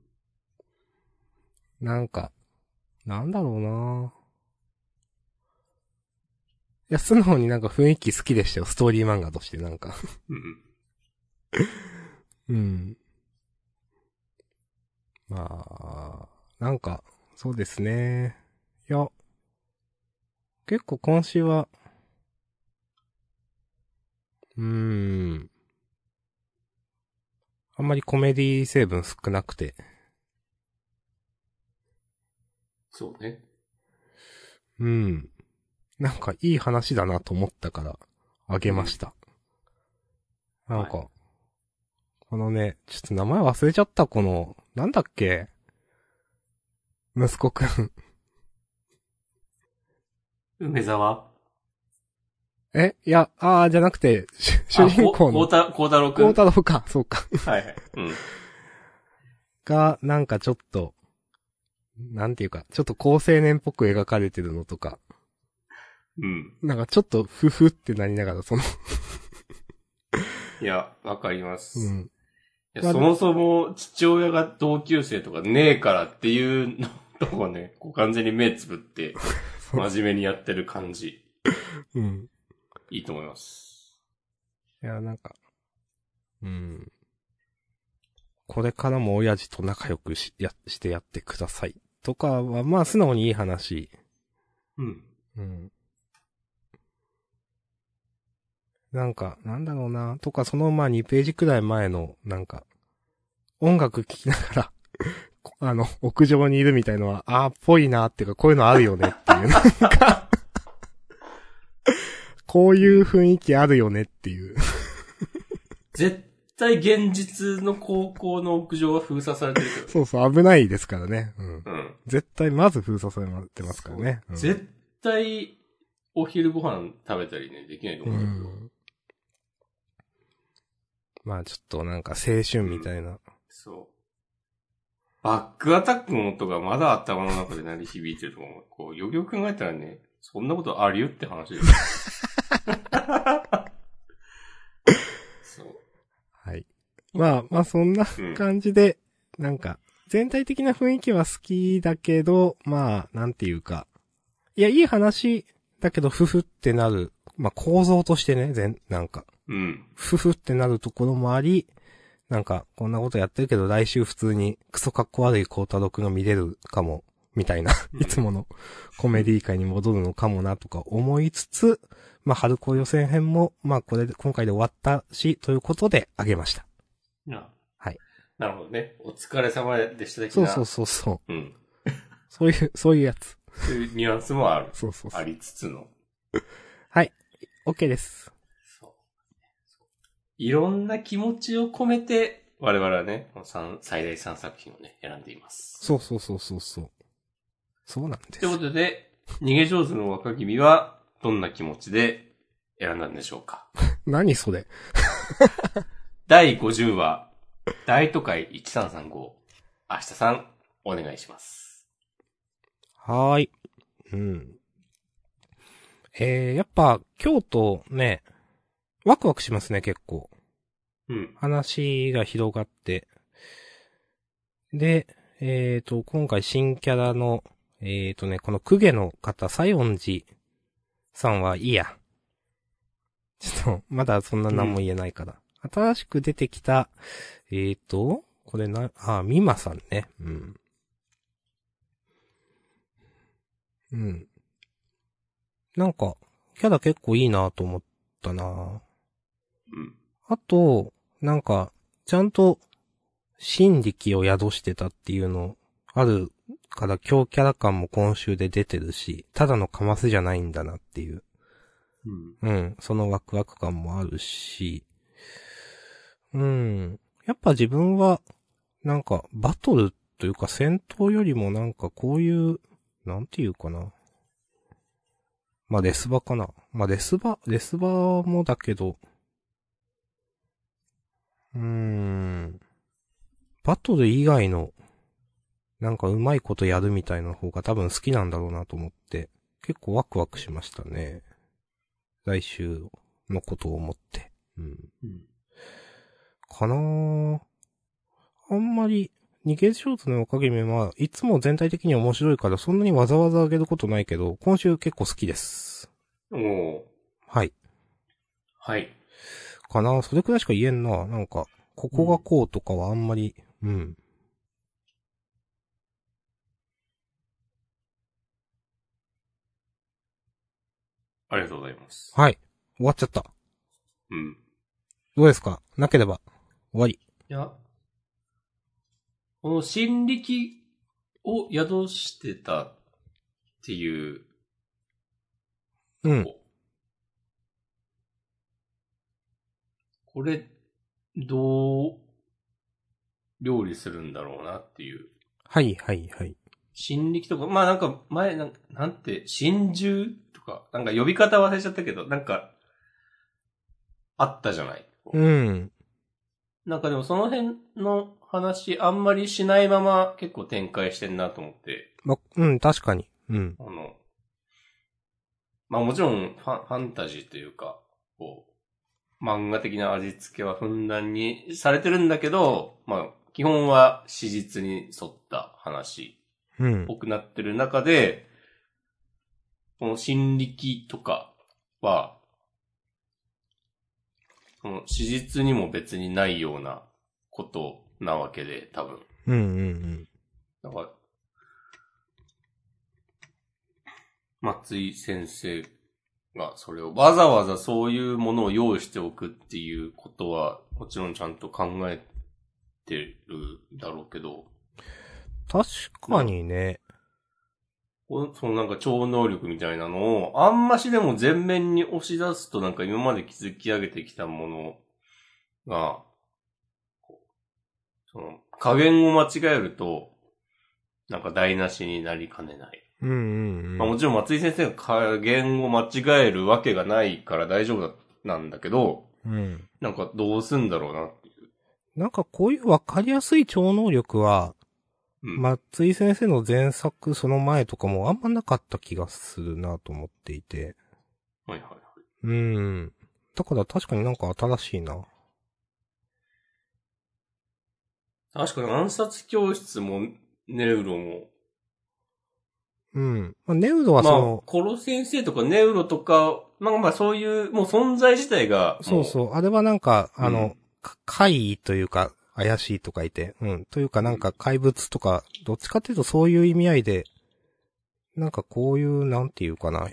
なんか、なんだろうなぁ。いや、素直になんか雰囲気好きでしたよ、ストーリー漫画としてなんか。うん。うん。まあ、なんか、そうですね。いや、結構今週は、うーん。あんまりコメディ成分少なくて、そうね。うん。なんかいい話だなと思ったから、あげました。なんか、このね、ちょっと名前忘れちゃった、この、なんだっけ息子くん。 *laughs* 梅沢えいや、あー、じゃなくて、し主人公あこの、こうた、こうたろうくん。孝太郎か、そうか。はいはい。うん。が、なんかちょっと、なんていうか、ちょっと高青年っぽく描かれてるのとか、うん。なんかちょっとふふってなりながら、その、いや、わかります。ういん。やまあそもそも父親が同級生とかねえからっていうのとこね、こう完全に目つぶって、 *laughs* そう真面目にやってる感じ、うん。いいと思います。いや、なんか、うん。これからも親父と仲良くし、や、してやってください。とかは、まあ、素直にいい話。うん。うん。なんか、なんだろうな。とか、その、まあ、2ページくらい前の、なんか、音楽聴きながら、 *laughs* こあの、屋上にいるみたいのは、あーっぽいなっていうか、こういうのあるよね *laughs* っていう、なんか、こういう雰囲気あるよねっていう。絶対現実の高校の屋上は封鎖されてるけどね。そうそう、危ないですからね。うん。 *laughs* うん。絶対まず封鎖されてますからね。うん絶対、お昼ご飯食べたりね、できないとう思うんだけど。ん。まあちょっとなんか青春みたいな。そう。バックアタックの音がまだ頭の中で鳴り響いてると思う。こう、よくよく考えたらね、そんなことありよって話だよ。そう。はい。まあまあそんなうん。感じで、なんか全体的な雰囲気は好きだけど、まあなんていうか。いや、いい話だけど、ふふってなる。まあ構造としてね、全、なんか、うん。ふふってなるところもあり、なんか、こんなことやってるけど、来週普通にクソかっこ悪い光太郎くんが見れるかも、みたいな、うんいつものコメディ界に戻るのかもなとか思いつつ、まあ、春高予選編も、まあ、これで、今回で終わったし、ということで、あげました。なはい。なるほどね。お疲れ様でした的そうな。そうそうそう。う。うん。そういう、そういうやつ。そういうニュアンスもある。そうそうそあう。りつつの。 OK です。そう。いろんな気持ちを込めて、我々はね、この三最大3作品をね、選んでいます。そうそうそうそうそう。そうなんですという。ことで、逃げ上手の若君は、どんな気持ちで選んだんでしょうか何それ。第50話、大都会1335、明日さん、お願いします。はーい。うん。えー、やっぱ、京都ね、ワクワクしますね、結構。うん。話が広がって。で、えーと、今回新キャラの、えーとね、この公家の方、西園寺さんはいいや。ちょっと、まだそんな何も言えないから。新しく出てきた、えーと、これな、あ、美馬さんね。うん。うん。なんか、キャラ結構いいなと思ったなうん。あと、なんか、ちゃんと、心力を宿してたっていうの、あるから、強キャラ感も今週で出てるし、ただのカマスじゃないんだなっていう。うん。うん、そのワクワク感もあるし、うん、やっぱ自分は、なんか、バトルというか戦闘よりもなんかこういう、なんていうかな。まあ、レスバかな。まあ、レスバ、レスバもだけど、うーん、バトル以外の、なんかうまいことやるみたいな方が多分好きなんだろうなと思って、結構ワクワクしましたね。来週のことを思って。うん。うん。かなーあんまり、逃げショートのおかげめはいつも全体的に面白いからそんなにわざわざ上げることないけど、今週結構好きです。おーはい。はい。かなそれくらいしか言えんな。なんか、ここがこうとかはあんまり、うん。ありがとうございます。はい。終わっちゃった。うん。どうですかなければ、終わり。いや、この心力を宿してたっていう、うん。これ、どう、料理するんだろうなっていう。はいはいはい。新力とか、まあなんか前、なんなんて、真珠とか、なんか呼び方忘れちゃったけど、なんか、あったじゃない。うん。なんかでもその辺の話、あんまりしないまま結構展開してんなと思って。ま、うん、確かに。うん。あの、まあもちろんファンファンタジーというか、こう、漫画的な味付けはふんだんにされてるんだけど、まあ基本は史実に沿った話うん。多くなってる中で、この心力とかは、その史実にも別にないようなことなわけで、多分。うんうんなんか、松井先生がそれを、わざわざそういうものを用意しておくっていうことは、もちろんちゃんと考えてるだろうけど、確かにね。こそのなんか超能力みたいなのを、あんましでも全面に押し出すとなんか今まで築き上げてきたものが、こうその加減を間違えると、なんか台無しになりかねない。うんうんまあ、うん。もちろん松井先生が加減を間違えるわけがないから大丈夫だなんだけど、うん。なんかどうすんだろうなっていう。なんかこういうわかりやすい超能力は、うん。松井先生の前作その前とかもあんまなかった気がするなと思っていて。はいはいはい。うん。だから確かになんか新しいな。確かに暗殺教室もネウロも、うん。まあ、ネウドはそまあの、、コロ先生とかネウロとか、まあまあそういう、もう存在自体が、そうう。そう、あれはなんか、あうのん、か怪異というか、怪しいとかいて、うん。というかなんか怪物とか、どっちかっていうとそういう意味合いで、なんかこういう、なんていうかな。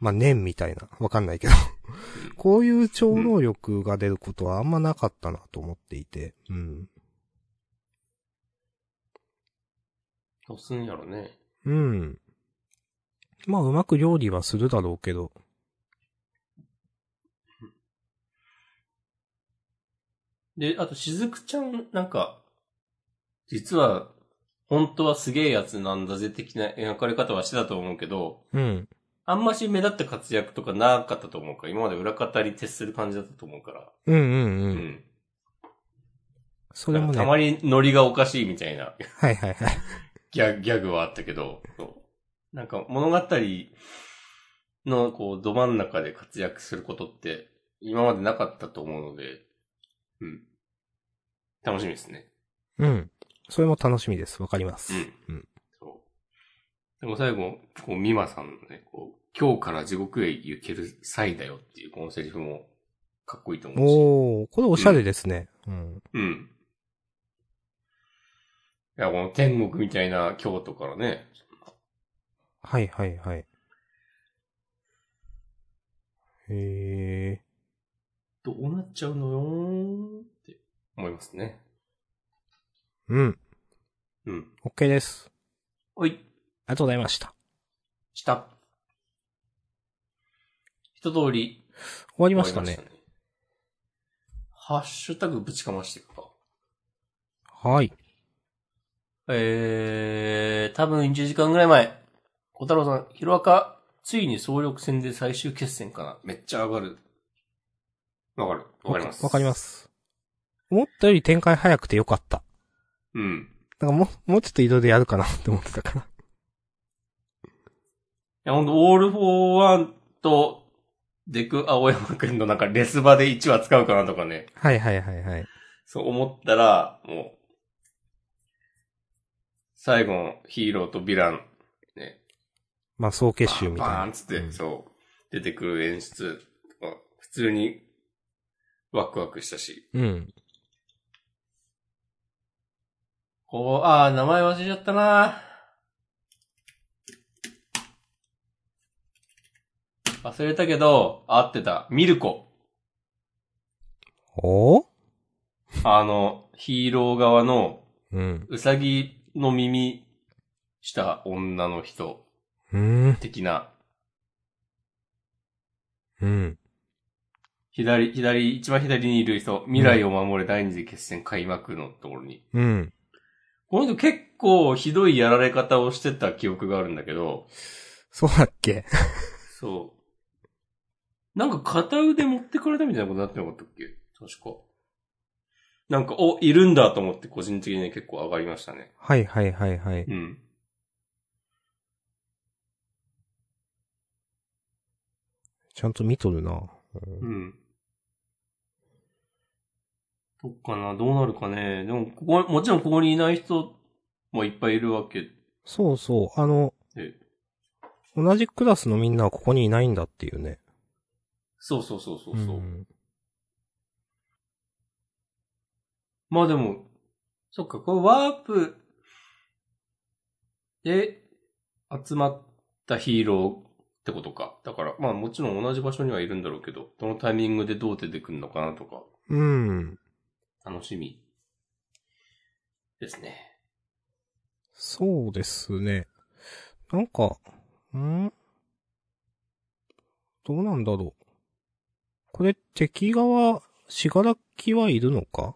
まあ、念みたいな。わかんないけど。 *laughs* こういう超能力が出ることはあんまなかったなと思っていて。うん。どうすんやろね。うん。まあ、うまく料理はするだろうけど。で、あと、しずくちゃん、なんか、実は、本当はすげえやつなんだぜ的な描かれ方はしてたと思うけど、うん。あんまし目立った活躍とかなかったと思うから、今まで裏方に徹する感じだったと思うから。うんうんう。うんそれなんもかね。たはまにノリがおかしいみたいないはいはい。ギャギャグはあったけど、そうなんか物語のこうど真ん中で活躍することって今までなかったと思うので、うん。楽しみですね。うん。それも楽しみです。わかります。ううんん。そう。でも最後、こう、ミマさんのね、こう、今日から地獄へ行ける際だよっていうこのセリフもかっこいいと思うし。おー、これおしゃれですね。うん。うん。いや、この天国みたいな京都からね。はいはいはい。へえ。どうなっちゃうのよーって思いますね。うん。うん。 OK です。おい、ありがとうございました。した。一通り終わり終まわしたね。ハッシュタグぶちかましていくか。はい。えー、多分1時間ぐらい前。小太郎さん、ヒロアカ、ついに総力戦で最終決戦かな。めっちゃ上がる。わかる。わかります。わかりま。す。思ったより展開早くてよかった。うん。なんかもう、もうちょっと移動でやるかな *laughs* って思ってたから。いや、ほんと、オールフォーワンと、デク青山くんのなんかレス場で1話使うかなとかね、はいはいはいはい。そう思ったら、もう、最後のヒーローとヴィラン、ね、まあ、総結集みたいな。バーンっつって、うんそう、出てくる演出とか、普通にワクワクしたし、うん。こう、ああ、名前忘れちゃったな忘れたけど、合ってた。ミルコ。おーあの、ヒーロー側のうん。うさぎの耳した女の人うーん。的な、うん。左、左、一番左にいる人、未来を守る第二次決戦開幕のところに。うん。この人結構ひどいやられ方をしてた記憶があるんだけど、そうだっけそう。なんか片腕持ってかれたみたいなことになってなかったっけ確か。なんか、お、いるんだと思って個人的にね結構上がりましたね。はいはいはいはい。うん。ちゃんと見とるな。うん。どっかな、どうなるかね。でも、ここ、もちろんここにいない人もいっぱいいるわけそうそう。あの、で。同じクラスのみんなはここにいないんだっていうね。そうそうそうそうそう、んまあでも、そっか、こうワープで集まったヒーローってことか。だから、まあもちろん同じ場所にはいるんだろうけど、どのタイミングでどう出てくるのかなとか、うん。楽しみですね。そうですね。なんか、んどうなんだろう。これ敵側、しがらきはいるのか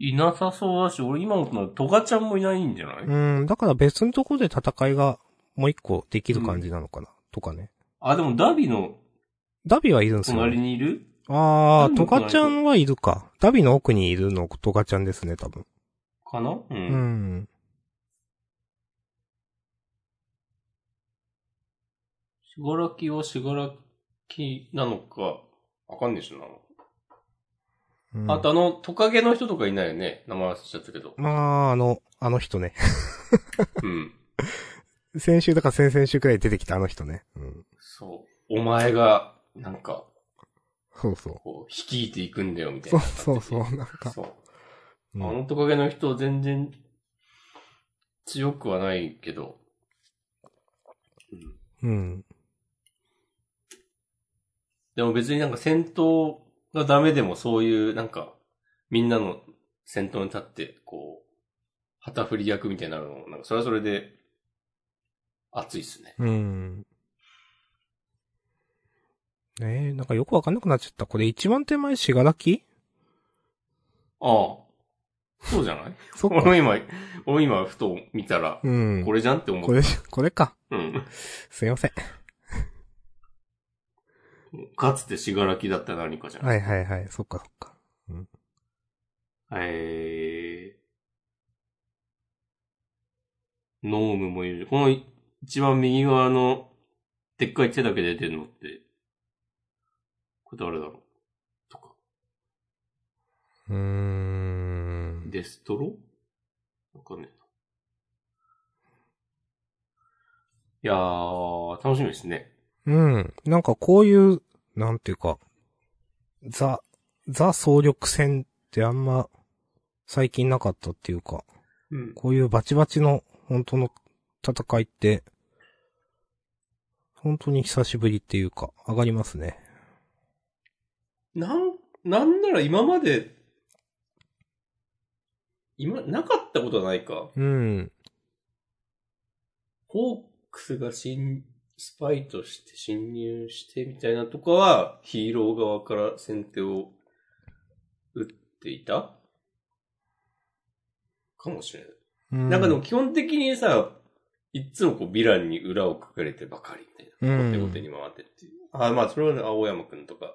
いなさそうだし、俺今のトガちゃんもいないんじゃない、うん、だから別のところで戦いがもう一個できる感じなのかな、とかね。あ、でもダビのダビはいるんですよ、隣ね。にいるあー、ダトビの隣カちゃんはいるか。ダビの奥にいるのトカちゃんですね、多分。かなう。うんん。しがらきはしがらきなのか、わかんねえしな。うん、あとあの、トカゲの人とかいないよね。名前忘れちゃったけど。まあ、あの、あの人ね。 *laughs* うん。先週だから先々週くらい出てきたあの人ね。うん。そう。お前が、なんか、そうそう。こう、率いていくんだよ、みたいそうな。そうそう、なんか。そう。うあんのトカゲの人、全然、強くはないけど。うん。うん。でも別になんか戦闘がダメでもそういう、なんか、みんなの戦闘に立って、こう、旗振り役みたいになるのも、なんかそれはそれで、熱いっすね。うん。ねえ、なんかよくわかんなくなっちゃった。これ一番手前、しがらきああ。そうじゃないそっ俺か。も今、俺も今ふと見たら、うん。これ、れじゃんって思こっれ、これか。た。うん。すいません。かつてしがらきだった何かじゃん。はいはいはい。そっかそっか。えー、ノームもいる。この一番右側の、でっかい手だけ出てるのって、これ誰だろうとか。うーん。デストロわかんねえな。いやー、楽しみですね。うん。なんかこういう、なんていうか、ザ、ザ総力戦ってあんま、最近なかったっていうか、うん。こういうバチバチの、本当の戦いって、本当に久しぶりっていうか、上がりますね。なん、なんなら今まで、今、なかったことはないか。うん。ホークスが新、スパイとして侵入してみたいなとかは、ヒーロー側から先手を打っていたかもしれない。うんなんかでも基本的にさ、いっつもこうヴィランに裏をかかれてばかりみたいな。うん後手後手に回ってっていう。あまあそれはね、青山くんとか、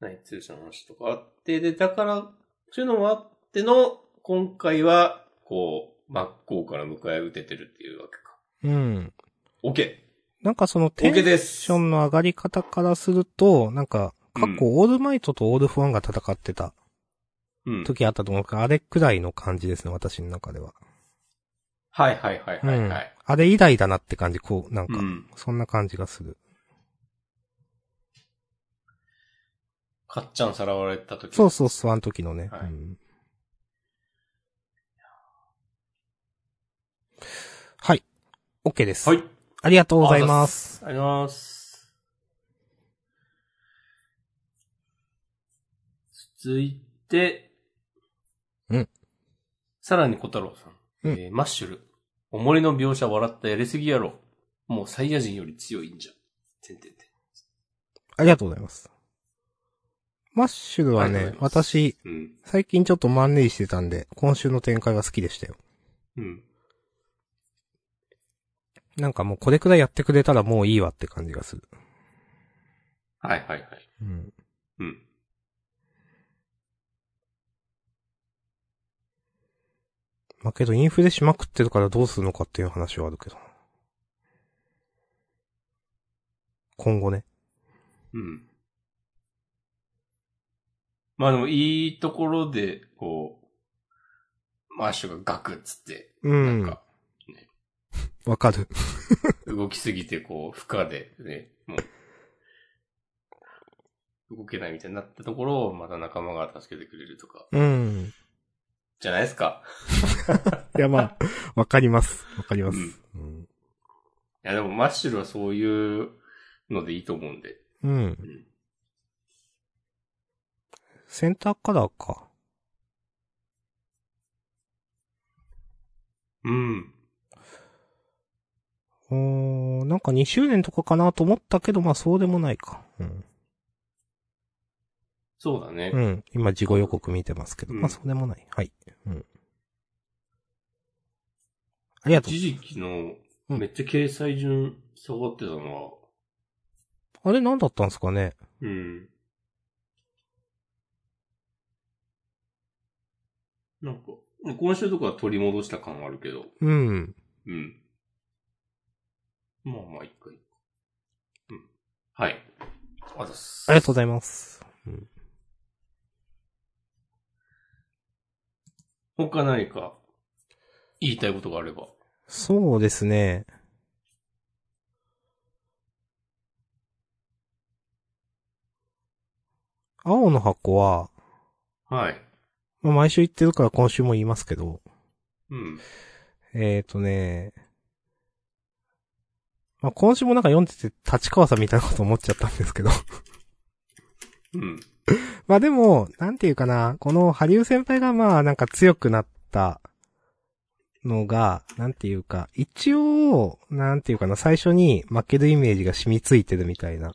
ナイツー社の話とかあって、で、だから、そういうのもあっての、今回は、こう、真っ向から迎え撃ててるっていうわけか。うん。オッケなんかそーのテオッケーンですションの上がり方からすると、なんか、過去オールマイトとオールフォンが戦ってたうん。時あったと思うから、あれくらいの感じですね、私の中では。はいはいはいはいはい。うん。あれ以来だなって感じ、こう、なんうか、ん。そんな感じがする。かっちゃんさらわれた時。そうそうそう、あの時のね。はいうんはい。OK です。はい。ありがありがととうございます。。ありがとうございます。続いて、うん。さらに小太郎さん。うんえーマッシュル。おもりの描写笑ったやりすぎやろ。もうサイヤ人より強いんじゃ。てんてんてありがとうございます。マッシュルはありがねと、うございます私、ん。うん。最近ちょっとマンネリしてたんで、今週の展開は好きでしたよ。うん。なんかもうこれくらいやってくれたらもういいわって感じがする。はいはいはい。うん。うん。まあけどインフレしまくってるからどうするのかっていう話はあるけど。今後ね。うん。まあでもいいところで、こう、マッシュがガクっつって、うなんん。かわかる。動きすぎてこう、負荷でね、もう、動けないみたいになったところをまた仲間が助けてくれるとか、うん。じゃないですか。いやまあ、 *laughs* わかります。わかります。うん。いやでもマッシュルはそういうのでいいと思うんで。うんうん。センターカラーか。うん。うーん、なんか2周年とかかなと思ったけど、まあそうでもないか。うん。そうだね。うん。今、事後予告見てますけど、うんまあそうでもない。はい。うん。ありがとう一。時期の、うんめっちゃ掲載順下がってたのあれ何だったんですかねは、うん。なんか、今週とかは取り戻した感はあるけど、うん。うん。まあまあ、一回。うん。はい。あざっすありがとうございます。他何か、言いたいことがあれば。そうですね。青の箱は、はい。まあ、毎週言ってるから今週も言いますけど、うん。えーとね、まあ、今週もなんか読んでて立川さんみたいなこと思っちゃったんですけど。うん。まあでも、なんていうかな、このハリウ先輩がまあなんか強くなったのが、なんていうか、一応、なんていうかな、最初に負けるイメージが染みついてるみたいな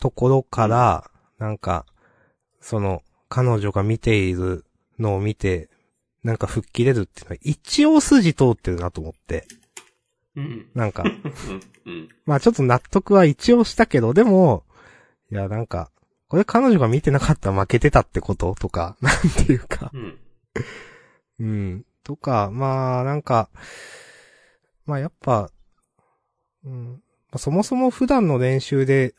ところから、なんか、その、彼女が見ているのを見て、なんか吹っ切れるっていうのは、一応筋通ってるなと思って、うん。なんか、うん。うん。まあちょっと納得は一応したけど、でも、いやなんか、これ彼女が見てなかったら負けてたってこととか、 *laughs* なんていうか、 *laughs* うん。うん。とか、まあなんか、まあやっぱ、うん。まあそもそも普段の練習で、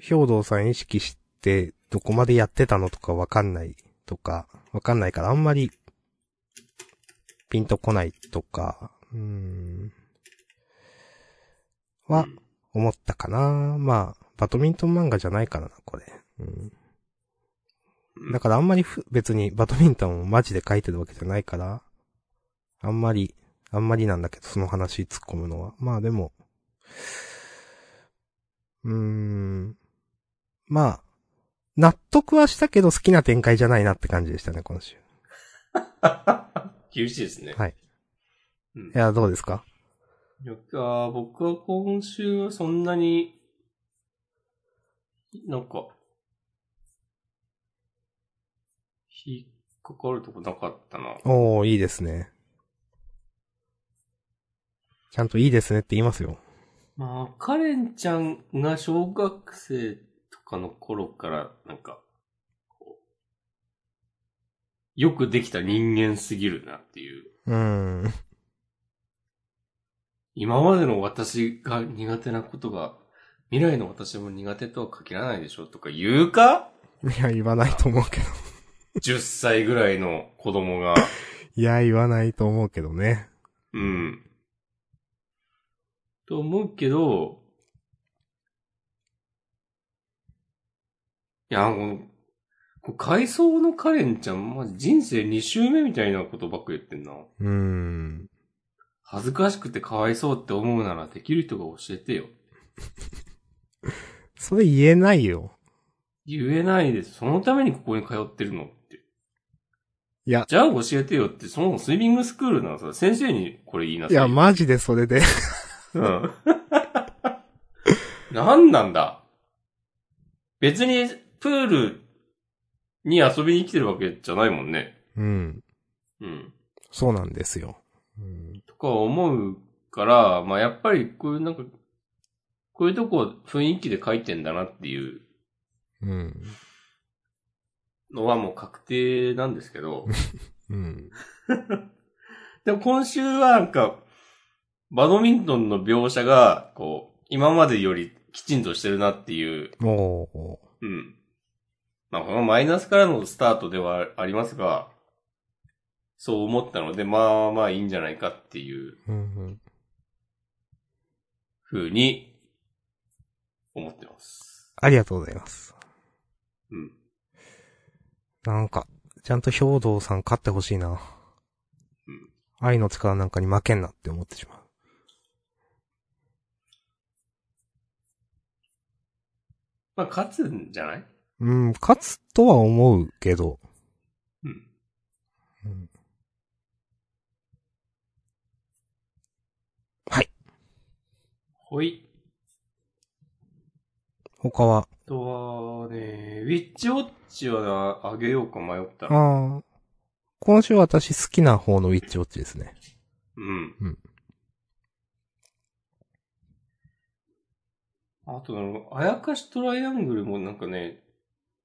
兵道さん意識して、どこまでやってたのとかわかんないとか、わかんないからあんまり、ピンとこないとか、うん。は、うん思ったかな。まあ、バドミントン漫画じゃないからな、これ。うん。だからあんまりふ別にバドミントンをマジで書いてるわけじゃないから、あんまり、あんまりなんだけど、その話突っ込むのは。まあでも、うーん。まあ、納得はしたけど好きな展開じゃないなって感じでしたね、今週。厳しいですね。はい。うんいや、どうですかいや、僕は今週はそんなに、なんか、引っかかるとこなかったな。おー、いいですね。ちゃんといいですねって言いますよ。まあ、カレンちゃんが小学生とかの頃から、なんか、こうよくできた人間すぎるなっていう。うーん。 *laughs* 今までの私が苦手なことが、未来の私も苦手とは限らないでしょとか言うかいや、言わないと思うけど。 10歳ぐらいの子供が。いや、言わないと思うけどね。うん。と思うけど、いや、もう、こう回想のカレンちゃん、まじ人生2周目みたいなことばっか言ってんな。うーん。恥ずかしくてかわいそうって思うならできる人が教えてよ。それ言えないよ。言えないです。そのためにここに通ってるのって。いや、じゃあ教えてよって、そのスイミングスクールなのさ、先生にこれ言いなさいい。や、マジでそれで。うん。なんなんだ別に、プールに遊びに来てるわけじゃないもんね。うん。うん。そうなんですよ。うん、とか思うから、まあやっぱりこういうなんか、こういうとこ雰囲気で書いてんだなっていううん、のはもう確定なんですけど、うん。でも今週はなんか、バドミントンの描写が、こう、今までよりきちんとしてるなっていうもうん。まあ、このマイナスからのスタートではありますが、そう思ったので、まあまあいいんじゃないかっていうう、うん、ふうに思ってます。ありがとうございます。うん。なんか、ちゃんと兵道さん勝ってほしいな。うん愛の力なんかに負けんなって思ってしまう。まあ、勝つんじゃないうん、勝つとは思うけど。うん。うんはい。ほい。他は、あとはね、ウィッチウォッチはなあげようか迷った。ああ。今週私好きな方のウィッチウォッチですね。うん。うんあとなんか、あやかしトライアングルもなんかね、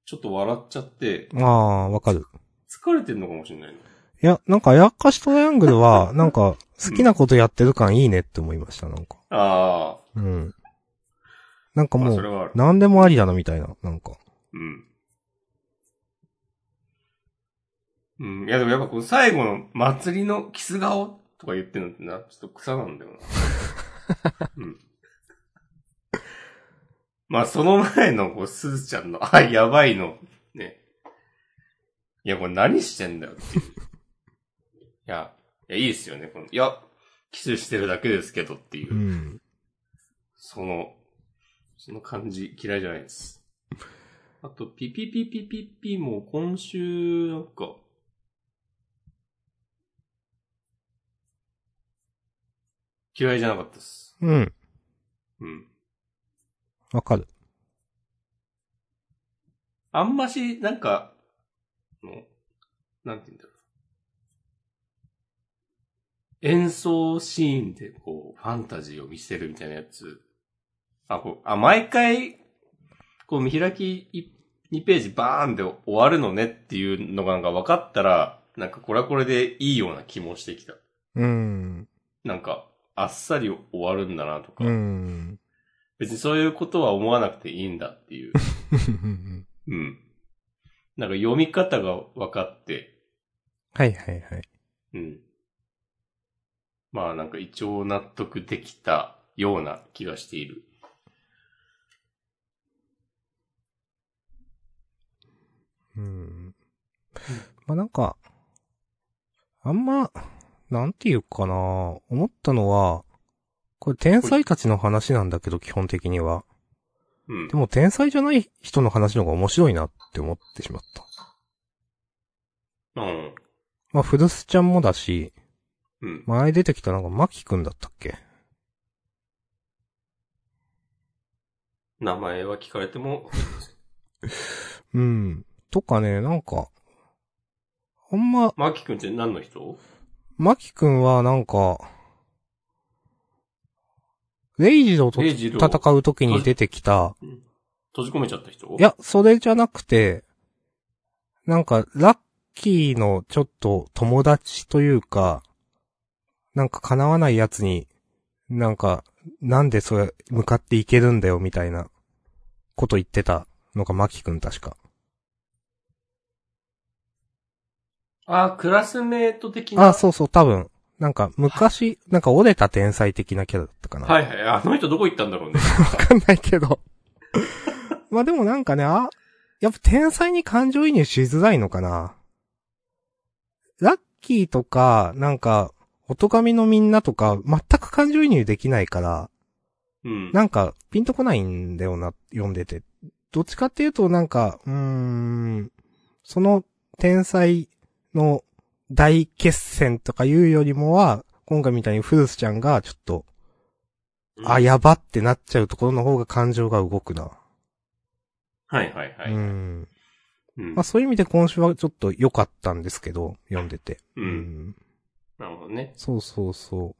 ちょっと笑っちゃって、ああ、わかる。疲れてんのかもしれない、ね。いや、なんか、あやかしトライアングルは、なんか、好きなことやってる感いいねって思いました、なんか。ああ。うん。なんかまあ、もそれう、はある。何でもありだな、みたいな、なんか。うん。うん。いや、でもやっぱこの最後の祭りのキス顔とか言ってるのってな、ちょっと草なんだよな。うん。まあ、その前の、こう、すずちゃんの、あ、やばいの、ね。いや、これ何してんだよっていう。いや、いや、いいですよね。このいや、キスしてるだけですけどっていうう、ん。その、その感じ嫌いじゃないです。あと、ピピピピピピも今週、なんか、嫌いじゃなかったです。うん。うん。わかる。あんまし、なんか、の、なんて言うんだろう。演奏シーンで、こう、ファンタジーを見せるみたいなやつ。あ、こう、あ、毎回、こう、見開きい2ページバーンで終わるのねっていうのがなんか分かったら、なんかこれはこれでいいような気もしてきた。うん。なんか、あっさり終わるんだなとか、 *laughs* うん。別にそういうことは思わなくていいんだっていう。うん。なんか読み方が分かって、はいはいはい。うん。まあなんか一応納得できたような気がしている。うん。まあ、なんか、あんま、なんていうかな思ったのは、これ天才たちの話なんだけど、基本的には。うんで。も天才じゃない人の話の方が面白いなって思ってしまった。うん。まあ、古巣ちゃんもだし、うん。前出てきたなんか、マキくんだったっけ名前は聞かれても、うん。とかね、なんか、あんま、マーキ君って何の人マキくんはなんか、レイジドとレイジド戦う時に出てきた、閉じ込めちゃった人い、や、それじゃなくて、なんか、ラッキーのちょっと友達というか、なんか叶わないやつに、なんか、なんでそれ向かっていけるんだよみたいなこと言ってたのがマキ君確か。あ、クラスメート的な。あ、そうそう、多分。なんか昔、なんか折れた天才的なキャラだったかな。はいはい。あの人どこ行ったんだろうね。わかんないけど。 *laughs* まあでもなんかね、あ、やっぱ天才に感情移入しづらいのかな。ラッキーとか、なんか、音神のみんなとか、全く感情移入できないから、うん。 *laughs* なんか、ピンとこないんだよな、読んでて。どっちかっていうと、なんか、うーん、その天才の大決戦とかいうよりもは、今回みたいにフルスちゃんがちょっと、あ、やばってなっちゃうところの方が感情が動くな。はいはいはい。うん。うんまあそういう意味で今週はちょっと良かったんですけど、読んでて。う。うんんなるほどね。そうそうそ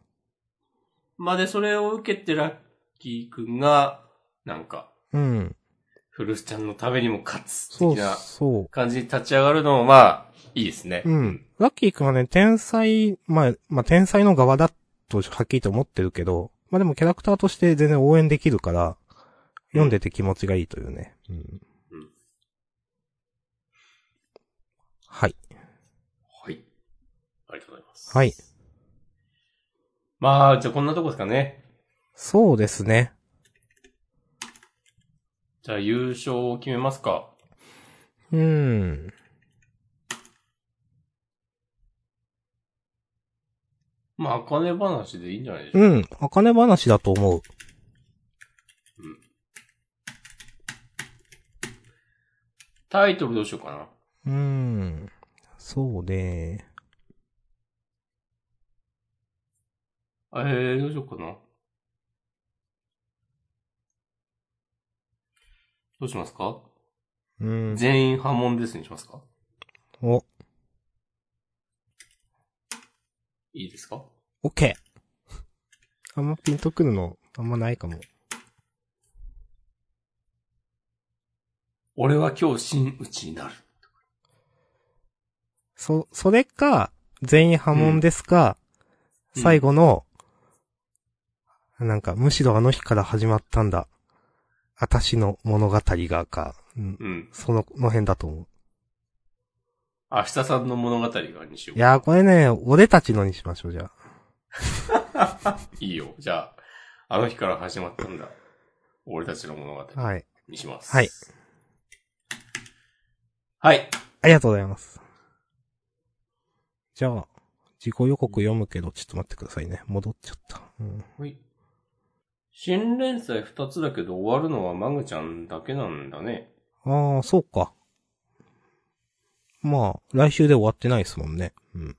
まあで、それを受けてラッキーくんが、なんか、う。うん。古巣ちゃんのためにも勝つ、そ的うなそ感じに立ち上がるのも、まあ、いいですね。う。うん。。ラッキーくんはね、天才、まあ、まあ天才の側だとはっきりと思ってるけど、まあでもキャラクターとして全然応援できるから、読んでて気持ちがいいというね。うんうん。はい。はい。ありがとうございます。はい。まあ、じゃあこんなとこですかね。そうですね。じゃあ優勝を決めますか。うん。まあ、あかね話でいいんじゃないでしょううか。ん。あかね話だと思う。タイトルどうしようかな。うーん。そうね。えー、どうしようかな。どうしますかうん。全員波紋ですにしますかお、いいですかオッケー。あんまピンとくるの、あんまないかも。俺は今日真打ちになる。そ、それか、全員波紋ですか、うん最後の、なんか、むしろあの日から始まったんだ。私の物語がか、うん、うん。その、の辺だと思う。明日さんの物語がにしよ。いうやーこれね、俺たちのにしましょう、じゃあ。いいよ。じゃあ、あの日から始まったんだ。俺たちの物語はい。にします。はい。はい。ありがとうございます。じゃあ、自己予告読むけど、ちょっと待ってくださいね。戻っちゃった。うん。はい。新連載二つだけど終わるのはマグちゃんだけなんだね。ああ、そうか。まあ、来週で終わってないですもんね。うん。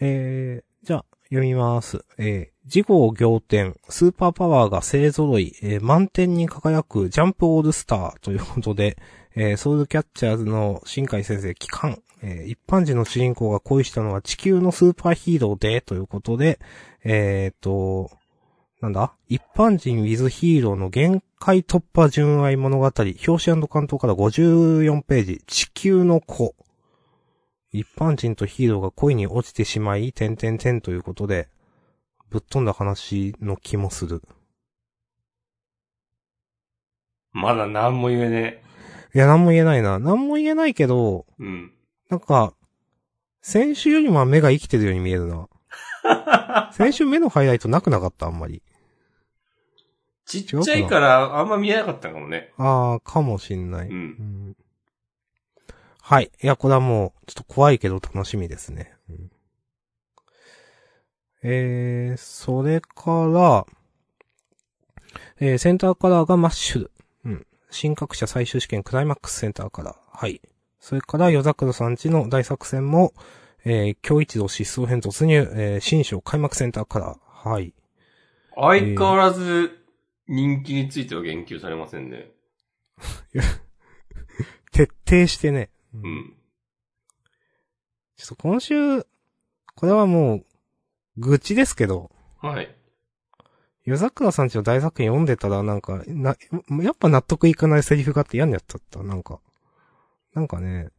えー、じゃあ、読みます。えー、事後仰天、スーパーパワーが勢揃い、えー満点に輝くジャンプオールスターということで、えーソウルキャッチャーズの新海先生、帰還、えー一般人の主人公が恋したのは地球のスーパーヒーローで、ということで、えーと、なんだ一般人 with ヒーローの限界突破純愛物語。表紙関東から54ページ。地球の子。一般人とヒーローが恋に落ちてしまい、点々点ということで、ぶっ飛んだ話の気もする。まだ何も言えねいや、なんも言えないな。なんも言えないけど、え。うん。なんか、先週よりもは目が生きてるように見えるな。先週目のハイライトなくなかった、あんまり。ちっちゃいからあんま見えなかったかもね。。あー、かもしんないうん。うんはい。いや、これはもう、ちょっと怖いけど楽しみですね。うんえー、それから、えー、センターカラーがマッシュル。うん。新各社最終試験クライマックスセンターカラー。はい。それから、夜桜さんちの大作戦も、えー、京一郎失踪編突入、えー、新章開幕センターカラー。はい。相変わらず人気については言及されませんね。徹底してね。ううんん。ちょっと今週、これはもう、愚痴ですけど、はい。夜桜さんちの大作品読んでたら、なんか、な、やっぱ納得いかないセリフがあって嫌になっちゃった、なんか。なんかね、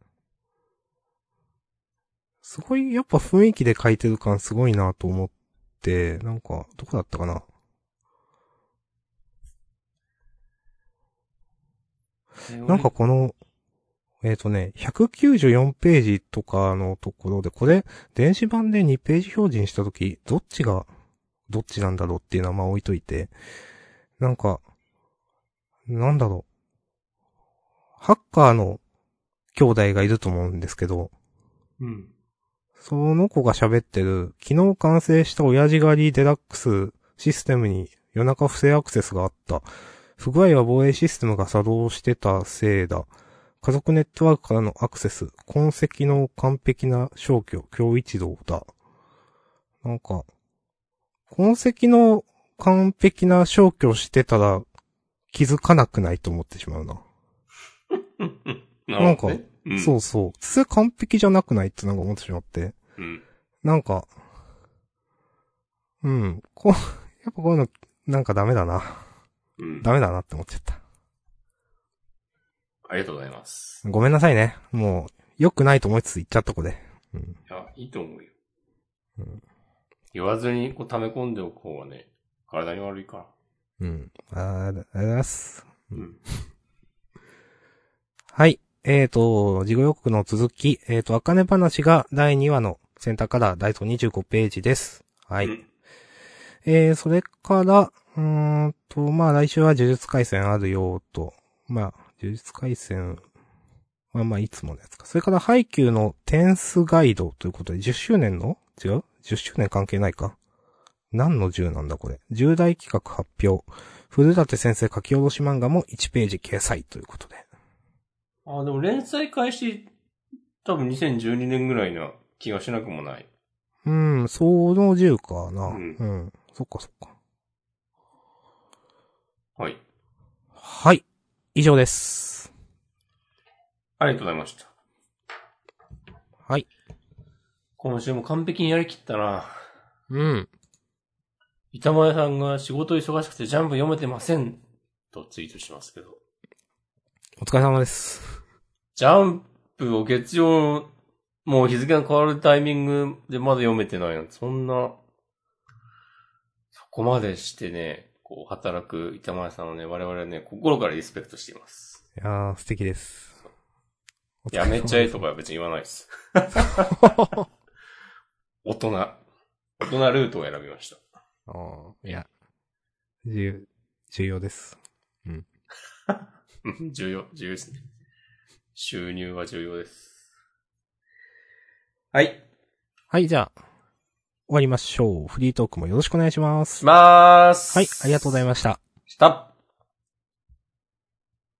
すごい、やっぱ雰囲気で書いてる感すごいなと思って、なんか、どこだったかな。なんか、この、えっ、とね、194ページとかのところで、これ、電子版で2ページ表示にしたとき、どっちが、どっちなんだろうっていうのはまあ置いといて、なんか、なんだろう。ハッカーの兄弟がいると思うんですけど、うん。その子が喋ってる、昨日完成した親父狩りデラックスシステムに夜中不正アクセスがあった。不具合は防衛システムが作動してたせいだ。家族ネットワークからのアクセス、痕跡の完璧な消去、強一道だ。なんか、痕跡の完璧な消去してたら気づかなくないと思ってしまうな。なるほどね、うん、そうそう。普通完璧じゃなくないってなんか思ってしまって。うん。なんか、うん。こう、 *laughs* やっぱこういうの、なんかダメだな。うん。ダメだなって思っちゃった。ありがとうございます。ごめんなさいね。もう、良くないと思いつつ言っちゃったこで。うん。いや、いいと思うよ。うん言わずにこう溜め込んでおく方がね、体に悪いから。うん。あーありがとうございます。うん。はい。えーと、事後予告の続き、えーと、あかね話が第2話のセンターから第25ページです。はい。うんえー、それから、うーんと、まあ来週は呪術回戦あるよと。まあ、呪術回戦はまあいつものやつか。それから、ハイキューのテンスガイドということで、10周年の違う ?10 周年関係ないか。何の10なんだこれ。重大企画発表。古舘先生書き下ろし漫画も1ページ掲載ということで。 *laughs* あ、でも連載開始、多分2012年ぐらいな気がしなくもない。うん、その10かな。ううんん。そっかそっか。はい。はい。以上です。ありがとうございました。はい。今週も完璧にやりきったな。うん。板前さんが仕事忙しくてジャンプ読めてません。とツイートしますけど。お疲れ様です。ジャンプを月曜、もう日付が変わるタイミングでまだ読めてないなんて、そんな、そこまでしてね、こう、働く板前さんをね、我々はね、心からリスペクトしています。いやー、素敵です。やめちゃえとかは別に言わないです。 *laughs* か。大人。大人ルートを選びました。 *laughs* あーいや、重、重要です。うん重要、重要ですね。収入は重要です。はい。はい、じゃあ、終わりましょう。フリートークもよろしくお願いします。しまーす。はい、ありがとうございまました。した。